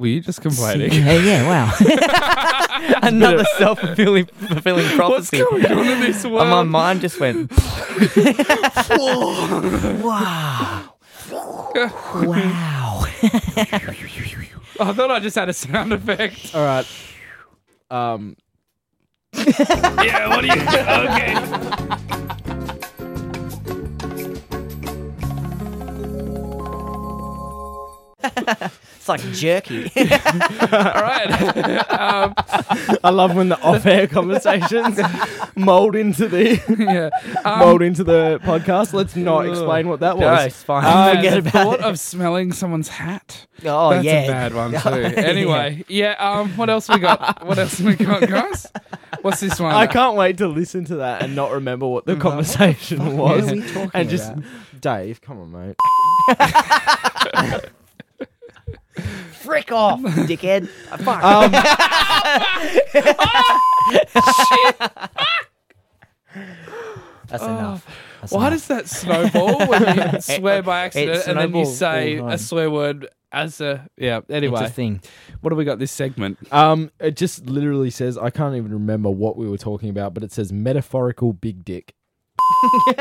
[SPEAKER 3] were you just complaining?
[SPEAKER 5] Yeah, yeah, wow. Another self fulfilling fulfilling
[SPEAKER 3] What's
[SPEAKER 5] prophecy.
[SPEAKER 3] going on Um, in this world?
[SPEAKER 5] And my mind just went. wow. wow.
[SPEAKER 3] I thought I just had a sound effect.
[SPEAKER 4] all right. Um,
[SPEAKER 1] Yeah, what do you? Okay.
[SPEAKER 5] It's like jerky.
[SPEAKER 3] All right.
[SPEAKER 4] I love when the off-air conversations mold into the
[SPEAKER 3] yeah.
[SPEAKER 5] Um,
[SPEAKER 4] mold into the podcast. Let's not
[SPEAKER 5] uh,
[SPEAKER 4] explain what that was.
[SPEAKER 5] fine.
[SPEAKER 3] I
[SPEAKER 5] Forget
[SPEAKER 3] the
[SPEAKER 5] about
[SPEAKER 3] thought
[SPEAKER 5] it.
[SPEAKER 3] of smelling someone's hat.
[SPEAKER 5] Oh,
[SPEAKER 3] That's
[SPEAKER 5] yeah.
[SPEAKER 3] a bad one too. Anyway, yeah. Um, what else we got? What else we got, guys? What's this one?
[SPEAKER 4] I can't wait to listen to that and not remember what the conversation was.
[SPEAKER 5] are we talking
[SPEAKER 4] and just Dave, come on, mate.
[SPEAKER 5] Frick off, dickhead. Ah, Fuck. That's enough. That's
[SPEAKER 3] Why
[SPEAKER 5] enough.
[SPEAKER 3] does that snowball when you swear by accident
[SPEAKER 5] it
[SPEAKER 3] and then you
[SPEAKER 5] snowballs
[SPEAKER 3] say
[SPEAKER 5] all the
[SPEAKER 3] a
[SPEAKER 5] time.
[SPEAKER 3] swear word as a yeah?
[SPEAKER 5] it's
[SPEAKER 3] Anyway,
[SPEAKER 5] a thing?
[SPEAKER 3] what do we got this segment?
[SPEAKER 4] Um, it just literally says I can't even remember what we were talking about, but it says metaphorical big dick.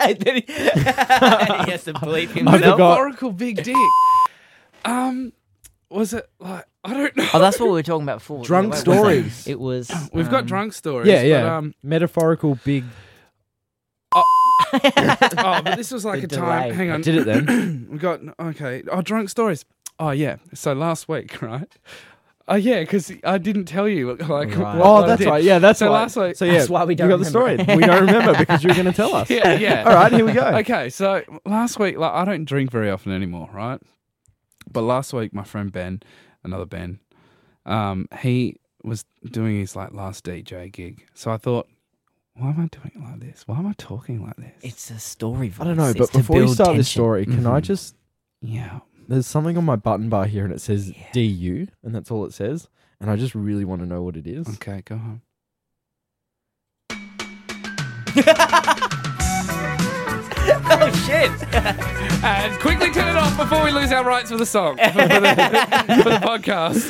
[SPEAKER 5] and then he, and he has to bleep himself.
[SPEAKER 4] forgot.
[SPEAKER 3] Oracle big dick. Um, was it like I don't know?
[SPEAKER 5] Oh, that's what we were talking about before.
[SPEAKER 4] Drunk
[SPEAKER 5] wasn't it? What was that?
[SPEAKER 4] stories.
[SPEAKER 5] It was.
[SPEAKER 3] We've got
[SPEAKER 5] um,
[SPEAKER 3] drunk stories.
[SPEAKER 4] Yeah, yeah.
[SPEAKER 3] But, um,
[SPEAKER 4] metaphorical big.
[SPEAKER 3] oh, but this was like
[SPEAKER 5] The
[SPEAKER 3] a time.
[SPEAKER 5] delay.
[SPEAKER 3] Hang
[SPEAKER 4] I
[SPEAKER 3] on,
[SPEAKER 4] did it then.
[SPEAKER 3] we got okay. Oh, drunk stories. Oh yeah. So last week, right? Oh yeah, because I didn't tell you. Like, what
[SPEAKER 4] oh,
[SPEAKER 3] I
[SPEAKER 4] that's
[SPEAKER 3] did.
[SPEAKER 4] right. Yeah, that's
[SPEAKER 3] So
[SPEAKER 4] why.
[SPEAKER 3] last week-
[SPEAKER 4] So yeah,
[SPEAKER 5] That's why we don't
[SPEAKER 4] you got the
[SPEAKER 5] remember.
[SPEAKER 4] story. we don't remember because you're going to tell us.
[SPEAKER 3] Yeah, yeah.
[SPEAKER 4] All right, here we go.
[SPEAKER 3] Okay, so last week, like, I don't drink very often anymore, right? But last week, my friend Ben, another Ben, um, he was doing his like last DJ gig. So I thought, why am I doing it like this? Why am I talking like this?
[SPEAKER 5] It's a story. Voice.
[SPEAKER 4] I don't know,
[SPEAKER 5] It's
[SPEAKER 4] but
[SPEAKER 5] to
[SPEAKER 4] before you
[SPEAKER 5] build
[SPEAKER 4] start this
[SPEAKER 5] tension.
[SPEAKER 4] story, can
[SPEAKER 3] Mm-hmm.
[SPEAKER 4] I just?
[SPEAKER 3] yeah.
[SPEAKER 4] There's something on my button bar here, and it says DU, and that's all it says. And I just really want to know what it is.
[SPEAKER 3] Okay, go on.
[SPEAKER 5] Oh shit!
[SPEAKER 3] And quickly turn it off before we lose our rights for the song for the, for the podcast.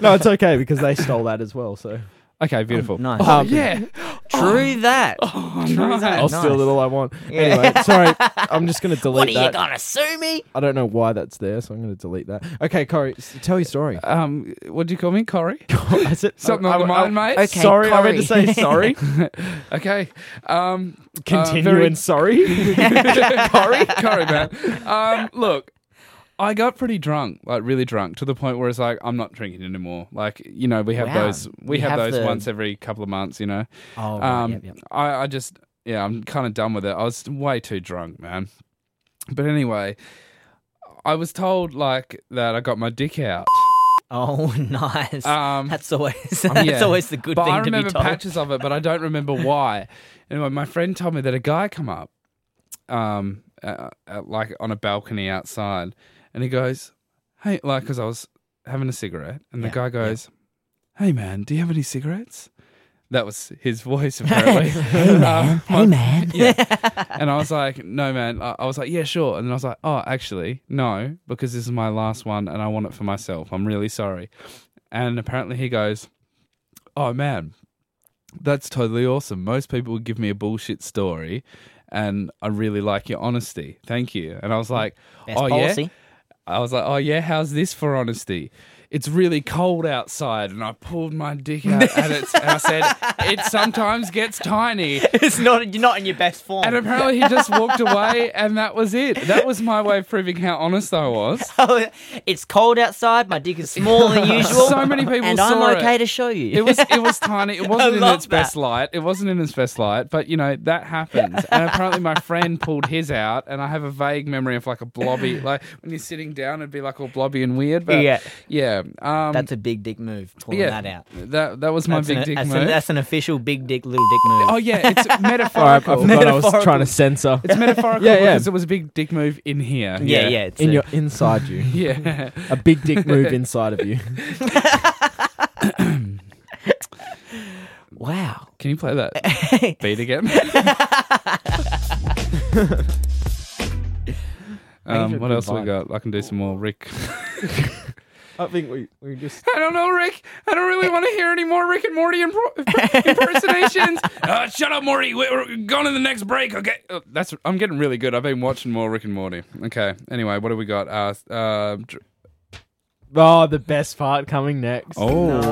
[SPEAKER 4] no, it's okay because they stole that as well. So Um,
[SPEAKER 3] okay, beautiful.
[SPEAKER 5] nice.
[SPEAKER 3] Oh, yeah.
[SPEAKER 5] True that.
[SPEAKER 3] Oh,
[SPEAKER 5] True
[SPEAKER 3] nice.
[SPEAKER 5] that.
[SPEAKER 4] I'll
[SPEAKER 5] Nice.
[SPEAKER 4] steal it all I want.
[SPEAKER 5] Yeah.
[SPEAKER 4] Anyway, sorry. I'm just going to delete
[SPEAKER 5] What are you
[SPEAKER 4] that.
[SPEAKER 5] gonna sue me?
[SPEAKER 4] I don't know why that's there, so I'm going to delete that. Okay, Corey, s- tell your story.
[SPEAKER 3] Um, what do you call me, Corey?
[SPEAKER 4] I said-
[SPEAKER 3] Something
[SPEAKER 4] I-
[SPEAKER 3] on
[SPEAKER 4] I-
[SPEAKER 3] your mind,
[SPEAKER 4] I-
[SPEAKER 3] mate?
[SPEAKER 5] Okay,
[SPEAKER 4] sorry, I meant to
[SPEAKER 5] Corey.
[SPEAKER 4] say sorry.
[SPEAKER 3] Okay. Um, uh,
[SPEAKER 4] Continue
[SPEAKER 3] very-
[SPEAKER 4] and sorry.
[SPEAKER 3] Corey, Corey, man. Um, look, I got pretty drunk, like really drunk, to the point where it's like I'm not drinking anymore. Like you know, we have
[SPEAKER 5] Wow.
[SPEAKER 3] those, we
[SPEAKER 5] You
[SPEAKER 3] have,
[SPEAKER 5] have
[SPEAKER 3] those
[SPEAKER 5] the-
[SPEAKER 3] once every couple of months, you know.
[SPEAKER 5] Oh, right,
[SPEAKER 3] Um,
[SPEAKER 5] yep, yep.
[SPEAKER 3] I, I just, yeah, I'm kind of done with it. I was way too drunk, man. But anyway, I was told like that I got my dick out.
[SPEAKER 5] Oh, nice.
[SPEAKER 3] Um,
[SPEAKER 5] that's always that's
[SPEAKER 3] Yeah.
[SPEAKER 5] always the good
[SPEAKER 3] but
[SPEAKER 5] thing
[SPEAKER 3] I
[SPEAKER 5] to be
[SPEAKER 3] remember
[SPEAKER 5] told.
[SPEAKER 3] patches of it, but I don't remember why. Anyway, my friend told me that a guy come up, um, uh, uh, like on a balcony outside, and he goes, "Hey," like because I was having a cigarette, and
[SPEAKER 5] Yeah,
[SPEAKER 3] the guy
[SPEAKER 5] yeah.
[SPEAKER 3] goes, "Hey man, do you have any cigarettes?" That was his voice apparently. Um,
[SPEAKER 5] hey man.
[SPEAKER 3] and I was like, "No man," I I was like, "Yeah, sure," and then I was like, "Oh, actually, no, because this is my last one, and I want it for myself. I'm really sorry." And apparently, he goes, "Oh man, that's totally awesome. Most people would give me a bullshit story, and I really like your honesty. Thank you." And I was like,
[SPEAKER 5] Hmm. Best
[SPEAKER 3] "Oh yeah."
[SPEAKER 5] policy.
[SPEAKER 3] I was like, "Oh yeah, how's this for honesty?" It's really cold outside, and I pulled my dick out, and, it's, and I said, "It sometimes gets tiny."
[SPEAKER 5] it's not you're not in your best form.
[SPEAKER 3] And apparently he just walked away, and that was it. That was my way of proving how honest I was.
[SPEAKER 5] it's cold outside. My dick is smaller than usual.
[SPEAKER 3] So many people
[SPEAKER 5] and
[SPEAKER 3] saw
[SPEAKER 5] I'm okay
[SPEAKER 3] it.
[SPEAKER 5] to show you.
[SPEAKER 3] It was it was tiny. It wasn't in
[SPEAKER 5] love
[SPEAKER 3] its best light. It wasn't in its best light. But you know that happens. And apparently my friend pulled his out, and I have a vague memory of like a blobby. Like when you're sitting down, it'd be like all blobby and weird. But
[SPEAKER 5] Yeah.
[SPEAKER 3] yeah, Um,
[SPEAKER 5] that's a big dick move. Pulling
[SPEAKER 3] yeah,
[SPEAKER 5] that out.
[SPEAKER 3] That that was my
[SPEAKER 5] That's
[SPEAKER 3] big
[SPEAKER 5] an,
[SPEAKER 3] dick
[SPEAKER 5] that's
[SPEAKER 3] move.
[SPEAKER 5] An, that's an official big dick, little dick move.
[SPEAKER 3] oh yeah, it's metaphorical.
[SPEAKER 4] I forgot I was
[SPEAKER 5] Metaphorical.
[SPEAKER 4] trying to censor.
[SPEAKER 3] It's metaphorical
[SPEAKER 4] Yeah, yeah.
[SPEAKER 3] because it was a big dick move in here.
[SPEAKER 5] yeah, yeah. it's
[SPEAKER 4] In
[SPEAKER 5] a-
[SPEAKER 4] your inside you,
[SPEAKER 3] yeah.
[SPEAKER 4] a big dick move inside of you.
[SPEAKER 5] wow.
[SPEAKER 3] Can you play that beat again? um, what else we got? I can do some more, Rick.
[SPEAKER 4] I think we we just
[SPEAKER 3] I don't know, Rick. I don't really want to hear any more Rick and Morty impro- impersonations. uh, shut up, Morty. We- We're going to the next break, okay? Uh, that's. I'm getting really good. I've been watching more Rick and Morty. Okay. Anyway, what do we got? Uh, uh, dr-
[SPEAKER 4] oh the best part coming next.
[SPEAKER 3] oh.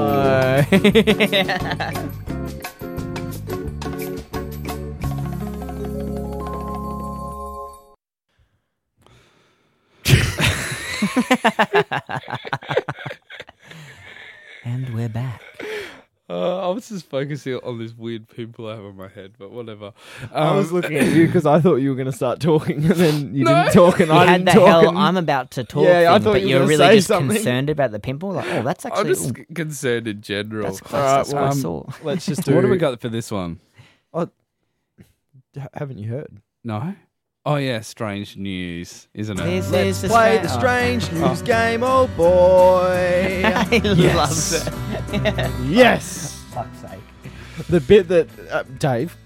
[SPEAKER 5] And we're back.
[SPEAKER 3] Uh, I was just focusing on this weird pimple I have on my head, but whatever. Um,
[SPEAKER 4] I was looking at you because I thought you were going to start talking, and then you didn't talk, and
[SPEAKER 5] You
[SPEAKER 4] I
[SPEAKER 5] had
[SPEAKER 4] didn't
[SPEAKER 5] that
[SPEAKER 4] talk.
[SPEAKER 5] hell.
[SPEAKER 4] and-
[SPEAKER 5] I'm about to talk.
[SPEAKER 4] Yeah, I
[SPEAKER 5] thing,
[SPEAKER 4] thought
[SPEAKER 5] but
[SPEAKER 4] you were
[SPEAKER 5] you're
[SPEAKER 4] gonna
[SPEAKER 5] really
[SPEAKER 4] say
[SPEAKER 5] just
[SPEAKER 4] something.
[SPEAKER 5] concerned about the pimple. Like, oh, that's
[SPEAKER 3] I'm
[SPEAKER 5] actually
[SPEAKER 3] just
[SPEAKER 5] ooh,
[SPEAKER 3] c- concerned in general.
[SPEAKER 5] that's close.
[SPEAKER 4] Alright,
[SPEAKER 5] that's what I
[SPEAKER 3] well,
[SPEAKER 5] saw.
[SPEAKER 4] Let's just do.
[SPEAKER 3] what do we got for this one?
[SPEAKER 4] Ha- Haven't you heard?
[SPEAKER 3] No. Oh yeah, strange news, isn't it?
[SPEAKER 5] This is the stra- oh.
[SPEAKER 4] strange news game, oh boy.
[SPEAKER 5] I
[SPEAKER 4] Yes.
[SPEAKER 5] love it.
[SPEAKER 4] yes.
[SPEAKER 5] Fuck's sake.
[SPEAKER 4] The bit that uh, Dave.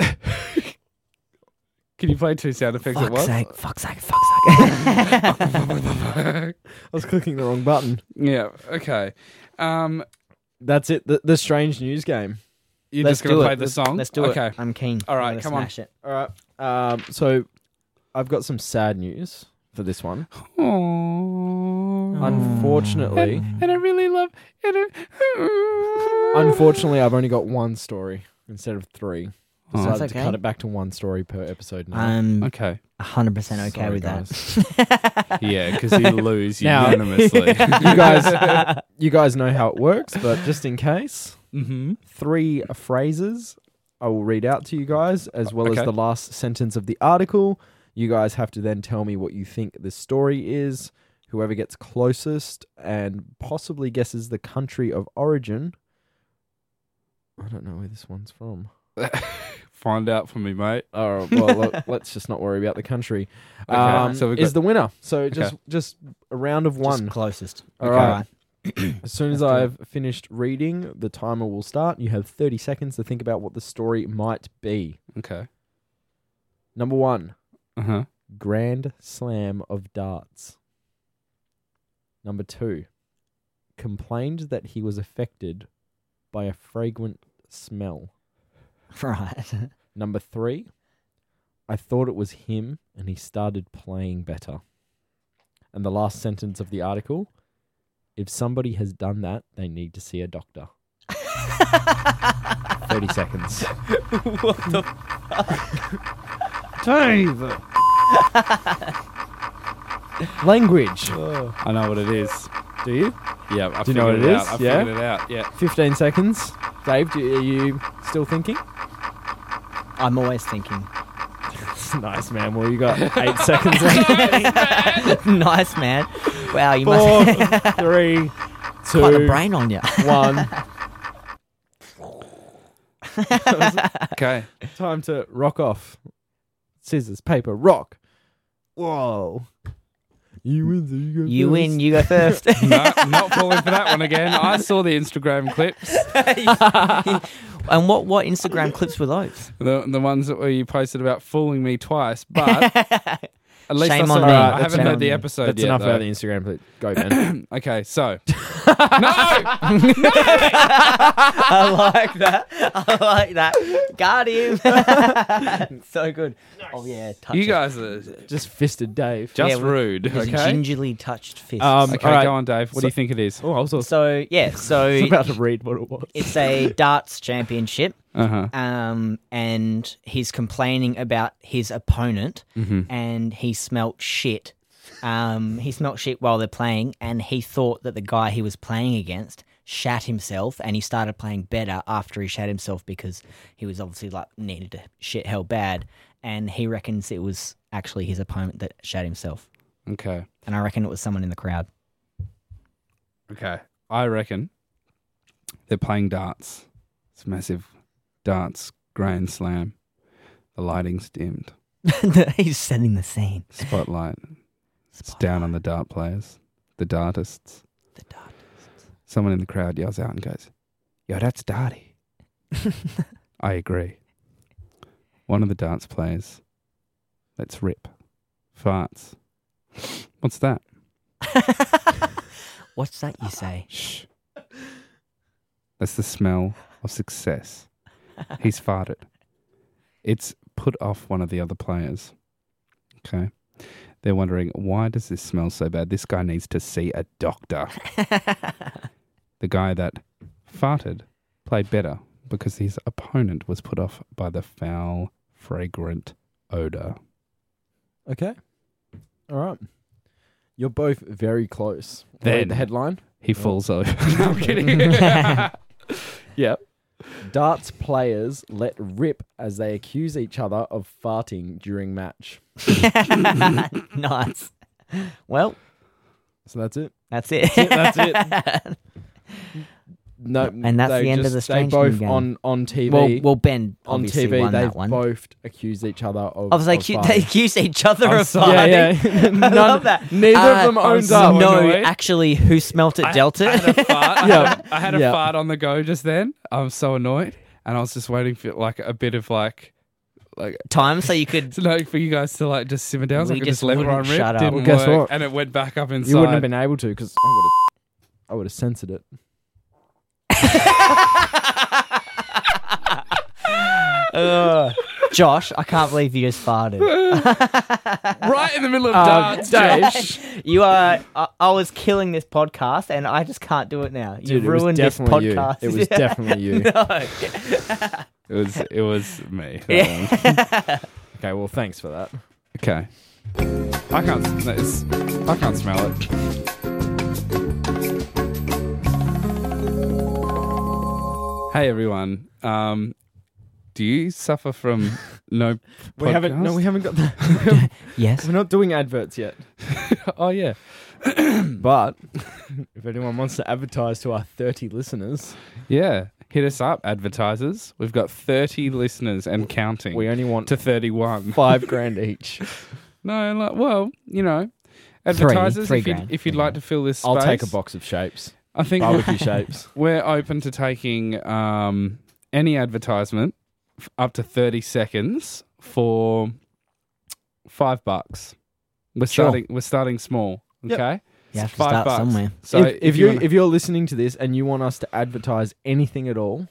[SPEAKER 3] Can you play two sound effects at
[SPEAKER 5] Fuck's
[SPEAKER 3] once?
[SPEAKER 5] sake. Fuck's sake. Fuck's sake.
[SPEAKER 4] I was clicking the wrong button.
[SPEAKER 3] Yeah. Okay. Um,
[SPEAKER 4] That's it. The, the strange news game.
[SPEAKER 3] you're
[SPEAKER 5] Let's
[SPEAKER 3] just gonna
[SPEAKER 5] do
[SPEAKER 3] play
[SPEAKER 5] it.
[SPEAKER 3] the
[SPEAKER 5] Let's-
[SPEAKER 3] song.
[SPEAKER 5] Let's do
[SPEAKER 3] okay.
[SPEAKER 5] it. I'm keen.
[SPEAKER 3] All right,
[SPEAKER 5] I'm gonna
[SPEAKER 3] come on.
[SPEAKER 5] smash it.
[SPEAKER 4] All right. Um. So, I've got some sad news for this one.
[SPEAKER 5] Oh.
[SPEAKER 3] Aww.
[SPEAKER 4] Unfortunately,
[SPEAKER 3] And I really love. And I,
[SPEAKER 4] unfortunately, I've only got one story instead of three.
[SPEAKER 3] Oh.
[SPEAKER 4] Decided
[SPEAKER 5] That's
[SPEAKER 4] to
[SPEAKER 5] okay.
[SPEAKER 4] cut it back to one story per episode now.
[SPEAKER 5] I'm
[SPEAKER 3] okay.
[SPEAKER 5] 100% okay
[SPEAKER 4] Sorry,
[SPEAKER 5] with that.
[SPEAKER 4] guys.
[SPEAKER 3] Yeah, because you lose
[SPEAKER 4] Now-
[SPEAKER 3] unanimously.
[SPEAKER 4] you guys, you guys know how it works, but just in case,
[SPEAKER 3] mm-hmm.
[SPEAKER 4] three phrases I will read out to you guys, as well
[SPEAKER 3] Okay.
[SPEAKER 4] as the last sentence of the article. You guys have to then tell me what you think the story is. Whoever gets closest and possibly guesses the country of origin. I don't know where this one's from.
[SPEAKER 3] Find out for me, mate.
[SPEAKER 4] Oh well, look, let's just not worry about the country.
[SPEAKER 3] Okay,
[SPEAKER 4] Um,
[SPEAKER 3] so we've
[SPEAKER 4] is
[SPEAKER 3] got-
[SPEAKER 4] the winner. So just just a round of
[SPEAKER 5] Just
[SPEAKER 4] one.
[SPEAKER 5] closest.
[SPEAKER 4] All
[SPEAKER 5] Okay.
[SPEAKER 4] right.
[SPEAKER 5] Alright.
[SPEAKER 4] As soon as I've finished reading, the timer will start. You have 30 seconds to think about what the story might be.
[SPEAKER 3] Okay.
[SPEAKER 4] Number one,
[SPEAKER 3] Uh huh.
[SPEAKER 4] Grand Slam of Darts. Number two, complained that he was affected by a fragrant smell.
[SPEAKER 5] Right.
[SPEAKER 4] Number three, I thought it was him and he started playing better. And the last sentence of the article if somebody has done that, they need to see a doctor. 30 seconds. Language.
[SPEAKER 3] I know what it is.
[SPEAKER 4] Do you?
[SPEAKER 3] Yeah, I
[SPEAKER 4] Do you know
[SPEAKER 3] figured
[SPEAKER 4] what it
[SPEAKER 3] out.
[SPEAKER 4] is?
[SPEAKER 3] I
[SPEAKER 4] Yeah?
[SPEAKER 3] figured it out. Yeah.
[SPEAKER 4] 15 seconds. Dave, do, are you still thinking?
[SPEAKER 5] I'm always thinking,
[SPEAKER 4] nice, man. Well, you got eight seconds left.
[SPEAKER 5] nice man. Wow, you
[SPEAKER 4] Four,
[SPEAKER 5] must
[SPEAKER 4] three,
[SPEAKER 5] have got the
[SPEAKER 4] two,
[SPEAKER 5] brain on you.
[SPEAKER 4] one.
[SPEAKER 3] Okay.
[SPEAKER 4] Time to rock off. Scissors, paper, rock. Whoa. You win. so You, go
[SPEAKER 5] You win,
[SPEAKER 4] first.
[SPEAKER 5] you go first.
[SPEAKER 3] No, not falling for that one again. I saw the Instagram clips,
[SPEAKER 5] and what, what Instagram clips were those?
[SPEAKER 3] the, the ones that were you posted about fooling me twice, but at least I,
[SPEAKER 5] Shame
[SPEAKER 3] saw,
[SPEAKER 5] on
[SPEAKER 3] it.
[SPEAKER 5] me.
[SPEAKER 3] I
[SPEAKER 5] That's
[SPEAKER 3] haven't
[SPEAKER 5] shame
[SPEAKER 3] heard
[SPEAKER 5] on
[SPEAKER 3] the
[SPEAKER 5] me.
[SPEAKER 3] episode
[SPEAKER 4] That's
[SPEAKER 3] yet.
[SPEAKER 4] enough
[SPEAKER 3] though.
[SPEAKER 4] about the Instagram. But go, man.
[SPEAKER 3] Okay, so no,
[SPEAKER 5] I like that. I like that. Got him. so good. Oh, yeah. Touch
[SPEAKER 3] you
[SPEAKER 5] it.
[SPEAKER 3] guys are
[SPEAKER 4] Just fisted Dave.
[SPEAKER 3] just
[SPEAKER 5] Yeah, we-
[SPEAKER 3] rude.
[SPEAKER 5] It was a
[SPEAKER 3] Okay,
[SPEAKER 5] gingerly touched fist.
[SPEAKER 4] Um,
[SPEAKER 3] okay,
[SPEAKER 4] Alright.
[SPEAKER 3] go on, Dave. What do you think it is?
[SPEAKER 4] oh, I was also
[SPEAKER 5] so, yeah. So
[SPEAKER 4] about to read what it was.
[SPEAKER 5] it's a darts championship.
[SPEAKER 3] Uh huh.
[SPEAKER 5] um, and he's complaining about his opponent,
[SPEAKER 3] Mm-hmm.
[SPEAKER 5] and he smelt shit. Um, he smelt shit while they're playing, and he thought that the guy he was playing against shat himself, and he started playing better after he shat himself because he was obviously like needed to shit hell bad, and he reckons it was actually his opponent that shat himself,
[SPEAKER 3] Okay.
[SPEAKER 5] and I reckon it was someone in the crowd.
[SPEAKER 3] Okay. I reckon they're playing darts. It's a massive darts grand slam. The lighting's dimmed.
[SPEAKER 5] he's setting the scene.
[SPEAKER 3] Spotlight. It's down on the dart players, the dartists.
[SPEAKER 5] The dart.
[SPEAKER 3] Someone in the crowd yells out and goes, Yo, that's darty. I agree. One of the darts players, let's rip, farts. What's that?
[SPEAKER 5] What's that you say?
[SPEAKER 3] Shh. That's the smell of success. He's farted. It's put off one of the other players. Okay. They're wondering, why does this smell so bad? This guy needs to see a doctor. the guy that farted played better because his opponent was put off by the foul, fragrant odor.
[SPEAKER 4] Okay. All right. You're both very close. Read
[SPEAKER 3] Then-
[SPEAKER 4] the headline.
[SPEAKER 3] He falls over. No, I'm kidding.
[SPEAKER 4] Yep. Darts players let rip as they accuse each other of farting during match.
[SPEAKER 5] nice. Well,
[SPEAKER 4] So that's it.
[SPEAKER 5] That's it.
[SPEAKER 4] That's it. No,
[SPEAKER 5] And that's
[SPEAKER 4] they
[SPEAKER 5] the end of
[SPEAKER 4] just-
[SPEAKER 5] the
[SPEAKER 4] They
[SPEAKER 5] Strange New
[SPEAKER 4] both
[SPEAKER 5] Game.
[SPEAKER 4] on on TV.
[SPEAKER 5] well, well, Ben
[SPEAKER 4] on
[SPEAKER 5] obviously
[SPEAKER 4] TV,
[SPEAKER 5] won
[SPEAKER 4] they
[SPEAKER 5] that one.
[SPEAKER 4] both accused each other of.
[SPEAKER 5] Obviously,
[SPEAKER 4] of
[SPEAKER 5] accu-
[SPEAKER 4] farting.
[SPEAKER 5] they accuse each other of farting.
[SPEAKER 4] Yeah, yeah. None,
[SPEAKER 5] I love that.
[SPEAKER 4] Neither
[SPEAKER 5] Uh,
[SPEAKER 4] of them
[SPEAKER 3] I'm
[SPEAKER 4] owned
[SPEAKER 3] so
[SPEAKER 4] up.
[SPEAKER 5] No,
[SPEAKER 3] annoyed.
[SPEAKER 5] actually, who smelt it dealt
[SPEAKER 3] I
[SPEAKER 5] it?
[SPEAKER 3] had a fart. I
[SPEAKER 4] Yeah.
[SPEAKER 3] had a- I had a
[SPEAKER 4] Yeah.
[SPEAKER 3] fart on the go just then. I was so annoyed, and I was just waiting for like a bit of like, like,
[SPEAKER 5] Time so you could.
[SPEAKER 3] to, like for you guys to like just simmer down. So
[SPEAKER 5] We
[SPEAKER 3] I could
[SPEAKER 5] just
[SPEAKER 3] just, let it
[SPEAKER 5] wouldn't
[SPEAKER 3] run rip.
[SPEAKER 5] shut up.
[SPEAKER 3] Didn't
[SPEAKER 4] Well, guess
[SPEAKER 3] work,
[SPEAKER 4] what?
[SPEAKER 3] and it went back up inside.
[SPEAKER 4] You wouldn't have been able to because I would have. I would have censored it.
[SPEAKER 5] Ugh. Josh, I can't believe you just farted.
[SPEAKER 3] right in the middle of
[SPEAKER 4] Um,
[SPEAKER 3] darts. Josh.
[SPEAKER 5] You are. I, I was killing this podcast, and I just can't do it now. You
[SPEAKER 4] Dude, it was
[SPEAKER 5] ruined this
[SPEAKER 4] definitely you.
[SPEAKER 5] podcast.
[SPEAKER 4] It was definitely you.
[SPEAKER 5] no.
[SPEAKER 3] It was it was me. Um, that
[SPEAKER 5] Yeah.
[SPEAKER 3] one.
[SPEAKER 4] Okay, well, thanks for that.
[SPEAKER 3] Okay. I can't. s- It's, I can't smell it. Hey everyone. Um, do you suffer from no?
[SPEAKER 4] We haven't. No,
[SPEAKER 3] podcast?
[SPEAKER 4] we haven't got. The,
[SPEAKER 5] Yes.
[SPEAKER 4] we're not doing adverts yet.
[SPEAKER 3] Oh yeah.
[SPEAKER 4] But if anyone wants to advertise to our thirty listeners,
[SPEAKER 3] Yeah. Hit us up, advertisers. We've got 30 listeners and counting.
[SPEAKER 4] we only want
[SPEAKER 3] to 31.
[SPEAKER 4] five grand each.
[SPEAKER 3] No, like, well, you know, advertisers,
[SPEAKER 5] three
[SPEAKER 3] if, you'd,
[SPEAKER 5] grand.
[SPEAKER 3] if you'd like to fill this space,
[SPEAKER 4] I'll take a box of shapes,
[SPEAKER 3] I think
[SPEAKER 4] barbecue shapes.
[SPEAKER 3] we're open to taking um, any advertisement f- up to 30 seconds for five bucks. We're
[SPEAKER 5] Sure.
[SPEAKER 3] starting. We're starting small.
[SPEAKER 4] Yep.
[SPEAKER 3] Okay,
[SPEAKER 5] You have to
[SPEAKER 3] five
[SPEAKER 5] start
[SPEAKER 3] bucks.
[SPEAKER 5] somewhere.
[SPEAKER 3] So
[SPEAKER 4] if, if you
[SPEAKER 3] wanna-
[SPEAKER 4] if you're listening to this and you want us to advertise anything at all,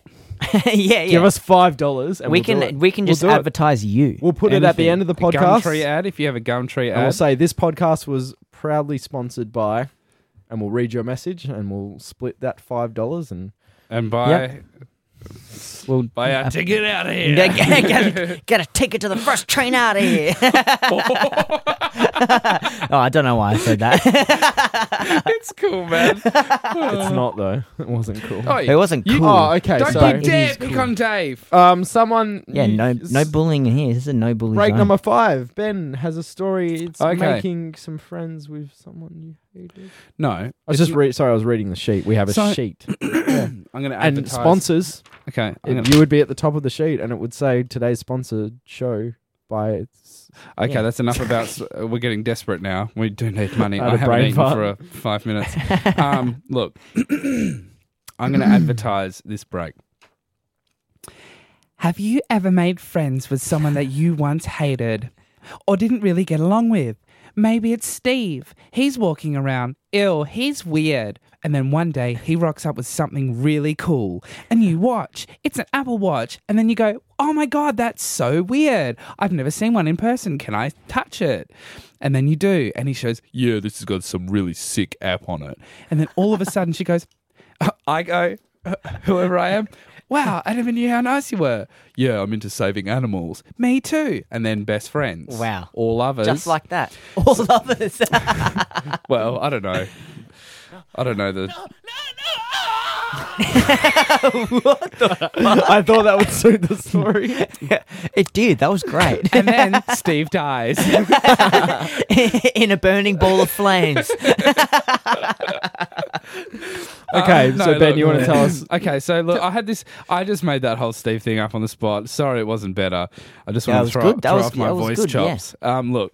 [SPEAKER 5] yeah, yeah.
[SPEAKER 4] give us five dollars and
[SPEAKER 5] we
[SPEAKER 4] we'll
[SPEAKER 5] can.
[SPEAKER 4] do it.
[SPEAKER 5] We can
[SPEAKER 4] We'll
[SPEAKER 5] just
[SPEAKER 4] do it.
[SPEAKER 5] advertise you.
[SPEAKER 4] We'll put it at the
[SPEAKER 3] anything.
[SPEAKER 4] end of the
[SPEAKER 3] a
[SPEAKER 4] podcast.
[SPEAKER 3] Gumtree ad. If you have a Gumtree
[SPEAKER 4] and we'll
[SPEAKER 3] ad,
[SPEAKER 4] say this podcast was proudly sponsored by, and we'll read your message and we'll split that five dollars and
[SPEAKER 3] and buy
[SPEAKER 5] Well,
[SPEAKER 3] Buy our ticket out of here.
[SPEAKER 5] gotta, gotta take it to the first train out of here. oh, I don't know why I said that.
[SPEAKER 3] It's cool, man.
[SPEAKER 4] It's not though. It wasn't cool.
[SPEAKER 3] Oi,
[SPEAKER 5] it wasn't cool.
[SPEAKER 4] Oh, okay.
[SPEAKER 3] Don't
[SPEAKER 4] so
[SPEAKER 3] you dare
[SPEAKER 5] is
[SPEAKER 3] pick
[SPEAKER 5] cool.
[SPEAKER 3] on Dave.
[SPEAKER 4] um, someone.
[SPEAKER 5] yeah, no,
[SPEAKER 4] you-
[SPEAKER 5] no bullying here. This is a no bullying.
[SPEAKER 4] Break
[SPEAKER 5] zone.
[SPEAKER 4] number five. Ben has a story. It's
[SPEAKER 3] Okay.
[SPEAKER 4] making some friends with someone you hated.
[SPEAKER 3] No,
[SPEAKER 4] I was just re- sorry. I was reading the sheet. We have a
[SPEAKER 3] So-
[SPEAKER 4] sheet
[SPEAKER 3] I'm going to
[SPEAKER 4] and sponsors.
[SPEAKER 3] Okay, I'm
[SPEAKER 4] it-
[SPEAKER 3] gonna-
[SPEAKER 4] you would be at the top of the sheet, and it would say today's sponsored show by. Its,
[SPEAKER 3] okay,
[SPEAKER 5] yeah.
[SPEAKER 3] that's enough about. s- uh, We're getting desperate now. We do need money.
[SPEAKER 4] I had
[SPEAKER 3] I
[SPEAKER 4] a
[SPEAKER 3] haven't
[SPEAKER 4] brain
[SPEAKER 3] eaten
[SPEAKER 4] fart.
[SPEAKER 3] for uh, five minutes. Um, look, I'm going to advertise this break. Have you ever made friends with someone that you once hated or didn't really get along with? Maybe it's Steve. He's walking around ill, he's weird. And then one day he rocks up with something really cool. And you watch, it's an Apple Watch. And then you go, oh my God, that's so weird. I've never seen one in person. Can I touch it? And then you do. And he shows, yeah, this has got some really sick app on it. And then all of a sudden she goes, I go, whoever I am, wow, I never knew how nice you were. Yeah, I'm into saving animals. Me too. And then best friends.
[SPEAKER 5] Wow.
[SPEAKER 3] All others.
[SPEAKER 5] Just like that. All lovers.
[SPEAKER 3] Well, I don't know. I don't know the.
[SPEAKER 4] I thought that would suit the story.
[SPEAKER 5] it did. That was great.
[SPEAKER 3] And then Steve dies.
[SPEAKER 5] In a burning ball of flames.
[SPEAKER 4] okay,
[SPEAKER 3] Um, No,
[SPEAKER 4] so Ben,
[SPEAKER 3] look,
[SPEAKER 4] you want to
[SPEAKER 3] look.
[SPEAKER 4] tell us?
[SPEAKER 3] Okay, so look, I had this. I just made that whole Steve thing up on the spot. Sorry, it wasn't better. I just
[SPEAKER 5] Yeah, it
[SPEAKER 3] want
[SPEAKER 5] was
[SPEAKER 3] to throw,
[SPEAKER 5] good. That
[SPEAKER 3] throw
[SPEAKER 5] was-
[SPEAKER 3] off my
[SPEAKER 5] that was
[SPEAKER 3] voice
[SPEAKER 5] good, yeah.
[SPEAKER 3] chops. Um, look,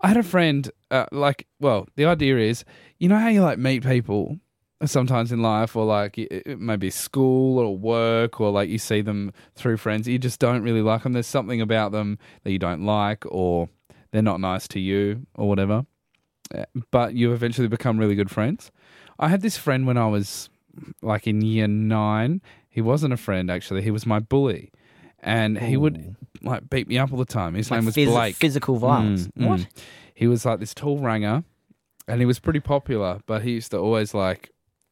[SPEAKER 3] I had a friend. Uh, like, well, the idea is, you know how you like meet people sometimes in life, or like y- it- maybe school or work, or like you see them through friends. You just don't really like them. There's something about them that you don't like, or they're not nice to you, or whatever. Uh, But you eventually become really good friends. I had this friend when I was like in year nine. He wasn't a friend actually. He was my bully, and he would like beat me up all the time. His name was
[SPEAKER 5] Phys-
[SPEAKER 3] Blake.
[SPEAKER 5] Physical violence.
[SPEAKER 3] Mm, mm.
[SPEAKER 5] What?
[SPEAKER 3] He was like this tall ranger, and he was pretty popular. But he used to always like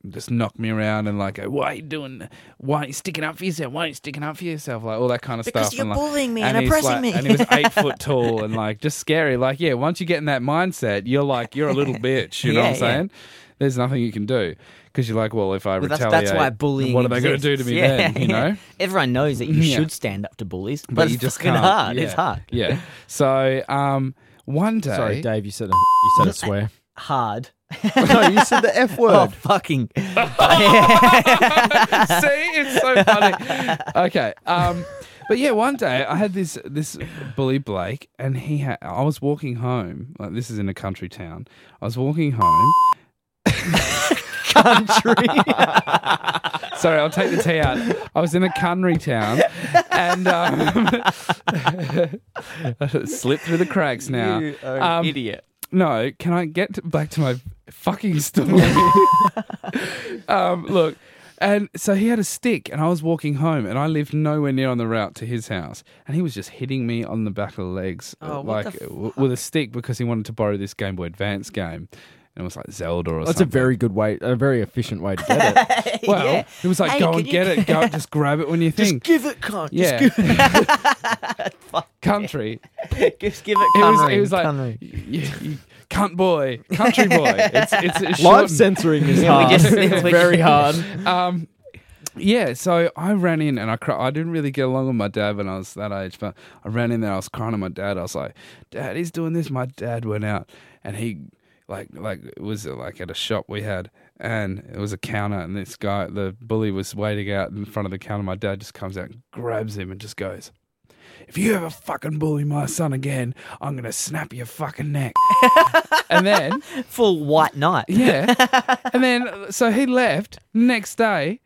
[SPEAKER 3] just knock me around and like, go, why are you doing? Why are you sticking up for yourself? Why are you sticking up for yourself? Like all that kind of
[SPEAKER 5] Because
[SPEAKER 3] stuff.
[SPEAKER 5] you're
[SPEAKER 3] and, like,
[SPEAKER 5] bullying me and
[SPEAKER 3] he's,
[SPEAKER 5] oppressing
[SPEAKER 3] like-
[SPEAKER 5] me.
[SPEAKER 3] And he was eight foot tall and like just scary. Like yeah, once you get in that mindset, you're like you're a little bitch. You know what I'm
[SPEAKER 5] Yeah, yeah.
[SPEAKER 3] saying? There's nothing you can do because you're like, well, if I
[SPEAKER 5] Well, that's,
[SPEAKER 3] retaliate,
[SPEAKER 5] that's why bullying.
[SPEAKER 3] What are they going to
[SPEAKER 5] exists.
[SPEAKER 3] do to me
[SPEAKER 5] Yeah,
[SPEAKER 3] then? You
[SPEAKER 5] yeah.
[SPEAKER 3] know.
[SPEAKER 5] Everyone knows that you
[SPEAKER 3] Yeah.
[SPEAKER 5] should stand up to bullies, but,
[SPEAKER 3] But
[SPEAKER 5] it's
[SPEAKER 3] you just
[SPEAKER 5] fucking
[SPEAKER 3] can't.
[SPEAKER 5] hard.
[SPEAKER 3] Yeah.
[SPEAKER 5] It's hard.
[SPEAKER 3] Yeah. So um, one day,
[SPEAKER 4] Sorry, Dave, you said a, you said a swear.
[SPEAKER 5] Hard.
[SPEAKER 4] no, you said the F word.
[SPEAKER 5] Oh fucking!
[SPEAKER 3] See, it's so funny. Okay. Um, but yeah, one day I had this this bully Blake, and he had. I was walking home. Like this is in a country town. I was walking home. country. Sorry, I'll take the T out. I was in a country town, and um, slipped through the cracks. Now, um,
[SPEAKER 5] idiot.
[SPEAKER 3] no, can I get to- back to my fucking story? um, look, and so he had a stick, and I was walking home, and I lived nowhere near on the route to his house, and he was just hitting me on the back of the legs, uh,
[SPEAKER 5] Oh, what
[SPEAKER 3] like
[SPEAKER 5] the
[SPEAKER 3] w- with a stick, because he wanted to borrow this Game Boy Advance game, and it was like Zelda or
[SPEAKER 4] That's a
[SPEAKER 3] something.
[SPEAKER 4] very good way, a very efficient way to get it.
[SPEAKER 3] well.
[SPEAKER 5] yeah.
[SPEAKER 3] It was like
[SPEAKER 5] Hey,
[SPEAKER 3] go
[SPEAKER 5] can
[SPEAKER 3] and
[SPEAKER 5] you-
[SPEAKER 3] get it, go just grab it when you
[SPEAKER 5] Just
[SPEAKER 3] think.
[SPEAKER 5] give it, cunt.
[SPEAKER 3] yeah,
[SPEAKER 5] Just give,
[SPEAKER 3] country.
[SPEAKER 5] just give it,
[SPEAKER 3] It was,
[SPEAKER 5] cunnery,
[SPEAKER 3] it was like
[SPEAKER 5] cunnery.
[SPEAKER 3] y- y- cunt boy, country boy. It's it's it's
[SPEAKER 4] Live
[SPEAKER 3] shortened.
[SPEAKER 4] censoring is
[SPEAKER 5] Yeah, we
[SPEAKER 4] hard.
[SPEAKER 5] just-
[SPEAKER 4] it's
[SPEAKER 5] we-
[SPEAKER 4] very hard.
[SPEAKER 3] um, yeah, so I ran in and I cried. I didn't really get along with my dad when I was that age, but I ran in there. I was crying to my dad. I was like, "Dad, he's doing this." My dad went out and he, like, like it was like at a shop we had, and it was a counter, and this guy, the bully, was waiting out in front of the counter. My dad just comes out and grabs him and just goes. If you ever fucking bully my son again, I'm gonna snap your fucking neck. and then
[SPEAKER 5] full white knight.
[SPEAKER 3] yeah. and then, so he left next day.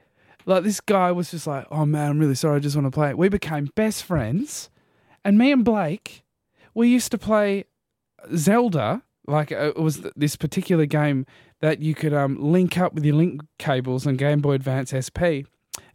[SPEAKER 3] Like, this guy was just like, oh man, I'm really sorry. I just want to play. We became best friends. And me and Blake, we used to play Zelda. Like, uh, it was th- this particular game that you could um, link up with your link cables on Game Boy Advance SP.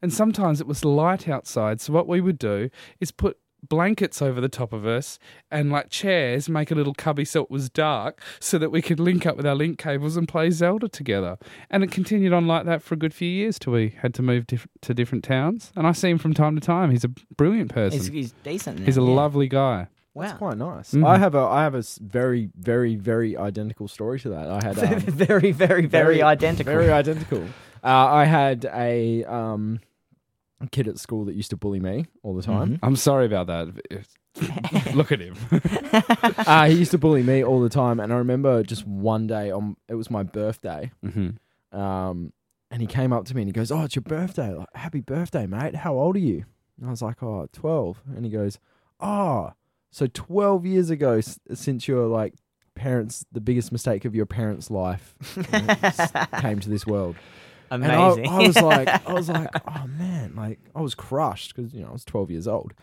[SPEAKER 3] And sometimes it was light outside. So, what we would do is put blankets over the top of us and like chairs, make a little cubby so it was dark, so that we could link up with our link cables and play Zelda together. And it continued on like that for a good few years till we had to move diff- to different towns. And I see him from time to time. He's a brilliant person.
[SPEAKER 5] He's,
[SPEAKER 3] He's,
[SPEAKER 5] he's decent. Now.
[SPEAKER 3] a
[SPEAKER 5] yeah.
[SPEAKER 3] lovely guy.
[SPEAKER 5] Wow.
[SPEAKER 4] Quite nice. I have a I have a s- very very very identical story to that. I had um,
[SPEAKER 5] very, very, very, identical.
[SPEAKER 4] Very identical. Uh, I had a um, kid at school that used to bully me all the
[SPEAKER 5] Mm-hmm.
[SPEAKER 4] time.
[SPEAKER 3] I'm sorry about that. Look at him.
[SPEAKER 4] uh, he used to bully me all the time, and I remember just one day on it was my birthday,
[SPEAKER 3] Mhm.
[SPEAKER 4] um, and he came up to me and he goes, "Oh, it's your birthday! Like, happy birthday, mate! How old are you?" And I was like, "Oh, 12. and he goes, "Oh, so twelve years ago s- since your like parents, the biggest mistake of your parents' life you know, s- came to this world." And I-
[SPEAKER 5] Mm-hmm. Amazing.
[SPEAKER 4] I, was like, I was like, oh man, like I was crushed because you know I was 12 years old,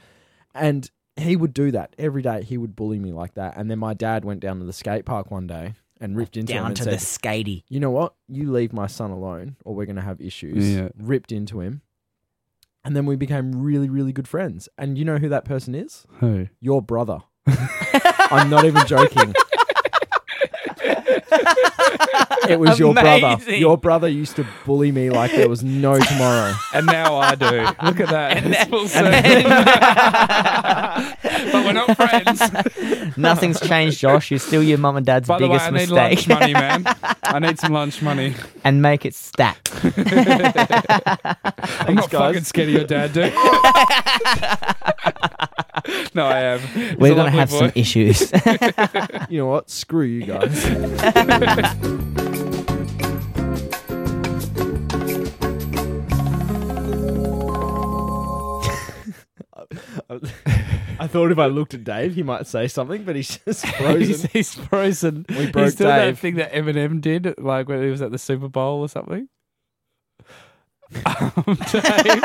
[SPEAKER 4] and he would do that every day. He would bully me like that, and then my dad went down to the skate park one day and ripped into him
[SPEAKER 5] Down
[SPEAKER 4] and
[SPEAKER 5] to
[SPEAKER 4] said,
[SPEAKER 5] the skatey.
[SPEAKER 4] "You know what? You leave my son alone, or we're gonna have issues."
[SPEAKER 3] Yeah.
[SPEAKER 4] Ripped into him, and then we became really, really good friends. And you know who that person is?
[SPEAKER 3] Who?
[SPEAKER 4] Your brother. I'm not even joking. It was your brother.
[SPEAKER 5] Amazing.
[SPEAKER 4] Your brother used to bully me like there was no tomorrow.
[SPEAKER 3] And now I do. Look at that. It's full circle. but we're not friends.
[SPEAKER 5] Nothing's changed, Josh. You're still your mum and dad's
[SPEAKER 3] By the way,
[SPEAKER 5] biggest
[SPEAKER 3] I need lunch
[SPEAKER 5] mistake.
[SPEAKER 3] money, man. I need some lunch money.
[SPEAKER 5] and make it stack.
[SPEAKER 3] I'm not fucking scared of your dad, dude. no, I am. He's
[SPEAKER 5] We're
[SPEAKER 3] a
[SPEAKER 5] going
[SPEAKER 3] lovely
[SPEAKER 5] to have some
[SPEAKER 3] boy.
[SPEAKER 5] issues.
[SPEAKER 4] You know what? Screw you guys. I thought if I looked at Dave, he might say something, but he's just
[SPEAKER 3] He's,
[SPEAKER 4] frozen.
[SPEAKER 3] he's frozen.
[SPEAKER 4] We broke
[SPEAKER 3] he's still
[SPEAKER 4] Dave.
[SPEAKER 3] that thing that Eminem did, like when he was at the Super Bowl or something. Um, Dave,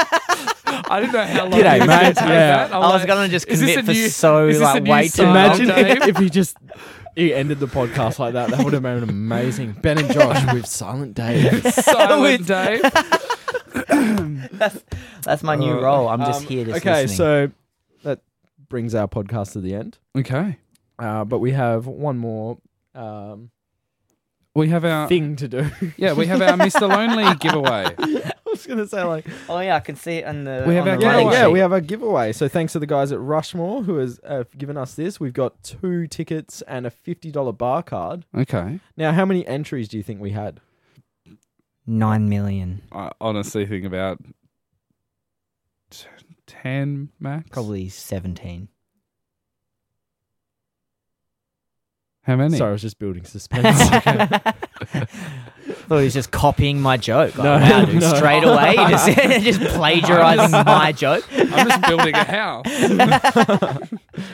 [SPEAKER 3] I didn't know how long.
[SPEAKER 4] G'day,
[SPEAKER 3] he was gonna
[SPEAKER 4] mate.
[SPEAKER 3] take
[SPEAKER 4] Yeah.
[SPEAKER 3] that.
[SPEAKER 5] I
[SPEAKER 3] I'm
[SPEAKER 5] was
[SPEAKER 3] like,
[SPEAKER 5] going to just
[SPEAKER 3] is this
[SPEAKER 5] commit
[SPEAKER 3] a
[SPEAKER 5] for
[SPEAKER 3] new-
[SPEAKER 5] so
[SPEAKER 3] is this a
[SPEAKER 5] like
[SPEAKER 3] new
[SPEAKER 5] way too
[SPEAKER 3] style,
[SPEAKER 5] long.
[SPEAKER 4] Imagine
[SPEAKER 3] Dave?
[SPEAKER 4] if, if he just he ended the podcast like that. That would have been amazing. Ben and Josh with Silent Dave.
[SPEAKER 3] Silent Dave.
[SPEAKER 5] That's my new
[SPEAKER 3] Uh,
[SPEAKER 5] role. I'm just
[SPEAKER 4] Um,
[SPEAKER 5] here just
[SPEAKER 4] okay,
[SPEAKER 5] listening.
[SPEAKER 4] so that brings our podcast to the end.
[SPEAKER 3] Okay,
[SPEAKER 4] Uh, but we have one more um,
[SPEAKER 3] we have our
[SPEAKER 4] thing to do.
[SPEAKER 3] yeah, we have our Mr. Lonely giveaway.
[SPEAKER 4] I was gonna say like
[SPEAKER 5] oh yeah, I can see it on the.
[SPEAKER 3] We have
[SPEAKER 5] on
[SPEAKER 3] our
[SPEAKER 5] the
[SPEAKER 4] yeah,
[SPEAKER 5] running
[SPEAKER 3] giveaway.
[SPEAKER 4] yeah,
[SPEAKER 5] sheet.
[SPEAKER 4] we have a giveaway. So thanks to the guys at Rushmore who has uh, given us this. We've got two tickets and a fifty dollar bar card.
[SPEAKER 3] Okay,
[SPEAKER 4] Now, how many entries do you think we had?
[SPEAKER 5] Nine million,
[SPEAKER 3] I honestly think about t- ten max.
[SPEAKER 5] probably seventeen.
[SPEAKER 3] How many?
[SPEAKER 4] Sorry, I was just building suspense.
[SPEAKER 5] Thought he was just copying my joke.
[SPEAKER 4] No,
[SPEAKER 5] oh, wow, dude,
[SPEAKER 4] no.
[SPEAKER 5] straight away, he just, just plagiarizing my joke.
[SPEAKER 3] I'm just building a house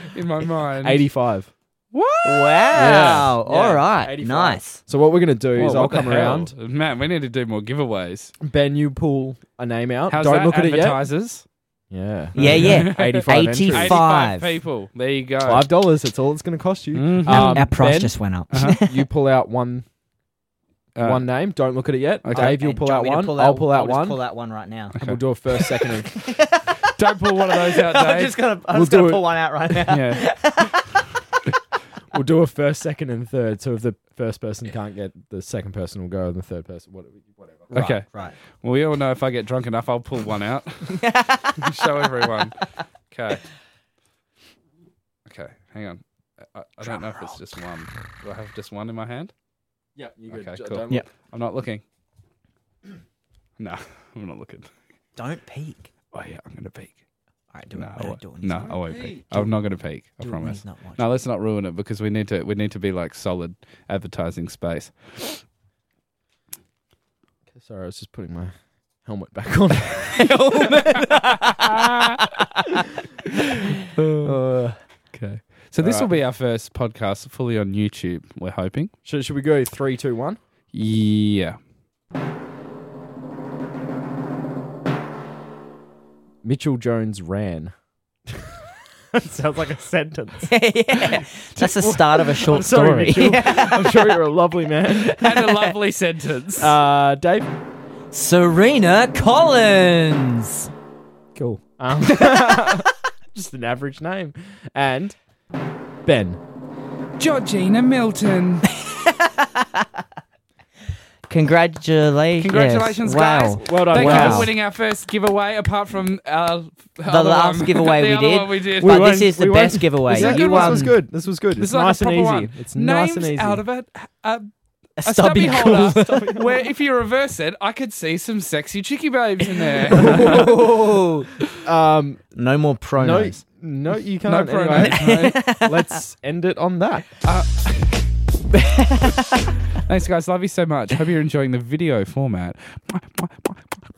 [SPEAKER 3] in my mind.
[SPEAKER 4] Eighty-five.
[SPEAKER 5] Wow! All right,
[SPEAKER 4] 85.
[SPEAKER 5] nice.
[SPEAKER 4] So what we're gonna do
[SPEAKER 3] Whoa,
[SPEAKER 4] is I'll
[SPEAKER 3] what the
[SPEAKER 4] come
[SPEAKER 3] hell?
[SPEAKER 4] around.
[SPEAKER 3] Man, we need to do more giveaways.
[SPEAKER 4] Ben, you pull a name out.
[SPEAKER 3] How's
[SPEAKER 4] Don't
[SPEAKER 3] that,
[SPEAKER 4] look at it yet.
[SPEAKER 3] advertisers?
[SPEAKER 4] Yeah.
[SPEAKER 5] Yeah, yeah.
[SPEAKER 4] 85 entries.
[SPEAKER 5] 85.
[SPEAKER 3] 85 people. There you go.
[SPEAKER 4] Five dollars. That's all it's going to cost you.
[SPEAKER 3] Mhm.
[SPEAKER 4] Um,
[SPEAKER 5] Our price
[SPEAKER 4] Ben,
[SPEAKER 5] just went up.
[SPEAKER 3] Uh-huh.
[SPEAKER 4] you pull out one
[SPEAKER 3] Uh,
[SPEAKER 4] one name. Don't look at it yet.
[SPEAKER 3] Okay.
[SPEAKER 4] Dave, you'll
[SPEAKER 5] Hey,
[SPEAKER 4] pull
[SPEAKER 5] Uh, do you
[SPEAKER 4] out
[SPEAKER 5] want me to
[SPEAKER 4] one. I'll pull out
[SPEAKER 5] I'll just
[SPEAKER 4] one.
[SPEAKER 5] Pull out one right now.
[SPEAKER 4] We'll do a first, second, and
[SPEAKER 3] Don't pull one of those out, Dave.
[SPEAKER 5] I'm just gonna, I'm
[SPEAKER 4] We'll
[SPEAKER 5] just gonna
[SPEAKER 4] do it.
[SPEAKER 5] pull one out right now.
[SPEAKER 3] yeah.
[SPEAKER 4] we'll do a first, second, and third. So if the first person can't get, the second person will go, and the third person, what- whatever.
[SPEAKER 3] Okay.
[SPEAKER 5] Right.
[SPEAKER 3] Well, we all know if I get drunk enough, I'll pull one out. Show everyone. Okay. Okay. Hang on. I- I, I don't know if it's just one. Do I have just one in my hand?
[SPEAKER 4] Yeah, you
[SPEAKER 3] good.
[SPEAKER 4] okay,
[SPEAKER 3] J-
[SPEAKER 4] cool.
[SPEAKER 3] don't
[SPEAKER 5] Yep.
[SPEAKER 3] I'm not looking. No, I'm not looking.
[SPEAKER 5] Don't peek.
[SPEAKER 3] Oh, yeah, I'm going to peek.
[SPEAKER 5] All right, do
[SPEAKER 3] No,
[SPEAKER 5] it.
[SPEAKER 3] I
[SPEAKER 5] No,
[SPEAKER 3] won't-
[SPEAKER 5] do it.
[SPEAKER 3] no, I won't peek. I'm not going to peek. I
[SPEAKER 5] Do it when
[SPEAKER 3] promise.
[SPEAKER 5] he's not watching.
[SPEAKER 3] No, let's not ruin it because we need to. We need to be like solid advertising space.
[SPEAKER 4] Sorry, I was just putting my helmet back on. Uh,
[SPEAKER 3] Okay. So this
[SPEAKER 4] All
[SPEAKER 3] will be our first podcast fully on YouTube. We're hoping.
[SPEAKER 4] should, should we go three, two, one?
[SPEAKER 3] Yeah.
[SPEAKER 4] Mitchell Jones ran. Sounds like a sentence.
[SPEAKER 5] yeah. That's the start of a short
[SPEAKER 4] Sorry,
[SPEAKER 5] story.
[SPEAKER 4] Mitchell. I'm sure you're a lovely man.
[SPEAKER 3] And a lovely sentence.
[SPEAKER 4] Uh, Dave.
[SPEAKER 5] Serena Collins.
[SPEAKER 4] Cool. Um, just an average name. And Ben.
[SPEAKER 3] Georgina Milton.
[SPEAKER 5] Congratulations.
[SPEAKER 3] Congratulations,
[SPEAKER 5] wow.
[SPEAKER 3] guys.
[SPEAKER 4] Well done,
[SPEAKER 3] Thank you
[SPEAKER 4] wow.
[SPEAKER 3] for winning our first giveaway, apart from our the
[SPEAKER 5] The last giveaway
[SPEAKER 3] the
[SPEAKER 5] we
[SPEAKER 3] other
[SPEAKER 5] did.
[SPEAKER 3] one we did.
[SPEAKER 5] But
[SPEAKER 4] We
[SPEAKER 5] this
[SPEAKER 4] won-
[SPEAKER 5] is the
[SPEAKER 4] we won.
[SPEAKER 5] best giveaway.
[SPEAKER 4] This is
[SPEAKER 5] you
[SPEAKER 4] good. This
[SPEAKER 5] won
[SPEAKER 4] was good. This was good.
[SPEAKER 3] This
[SPEAKER 4] it's
[SPEAKER 3] is like
[SPEAKER 4] nice
[SPEAKER 3] a
[SPEAKER 4] and
[SPEAKER 3] proper
[SPEAKER 4] easy.
[SPEAKER 3] one.
[SPEAKER 4] It's
[SPEAKER 3] Names
[SPEAKER 4] nice and easy.
[SPEAKER 3] out of it. A,
[SPEAKER 5] a
[SPEAKER 3] a
[SPEAKER 5] stubby
[SPEAKER 3] stubby,
[SPEAKER 5] cool.
[SPEAKER 3] holder, where if you reverse it, I could see some sexy chicky babes in there.
[SPEAKER 4] um,
[SPEAKER 5] No more
[SPEAKER 4] no,
[SPEAKER 5] pronouns.
[SPEAKER 4] no, you
[SPEAKER 3] no
[SPEAKER 4] can't.
[SPEAKER 3] pronouns.
[SPEAKER 4] anyway,
[SPEAKER 3] mate.
[SPEAKER 4] let's end it on that.
[SPEAKER 3] Thanks, guys. Love you so much. Hope you're enjoying the video format.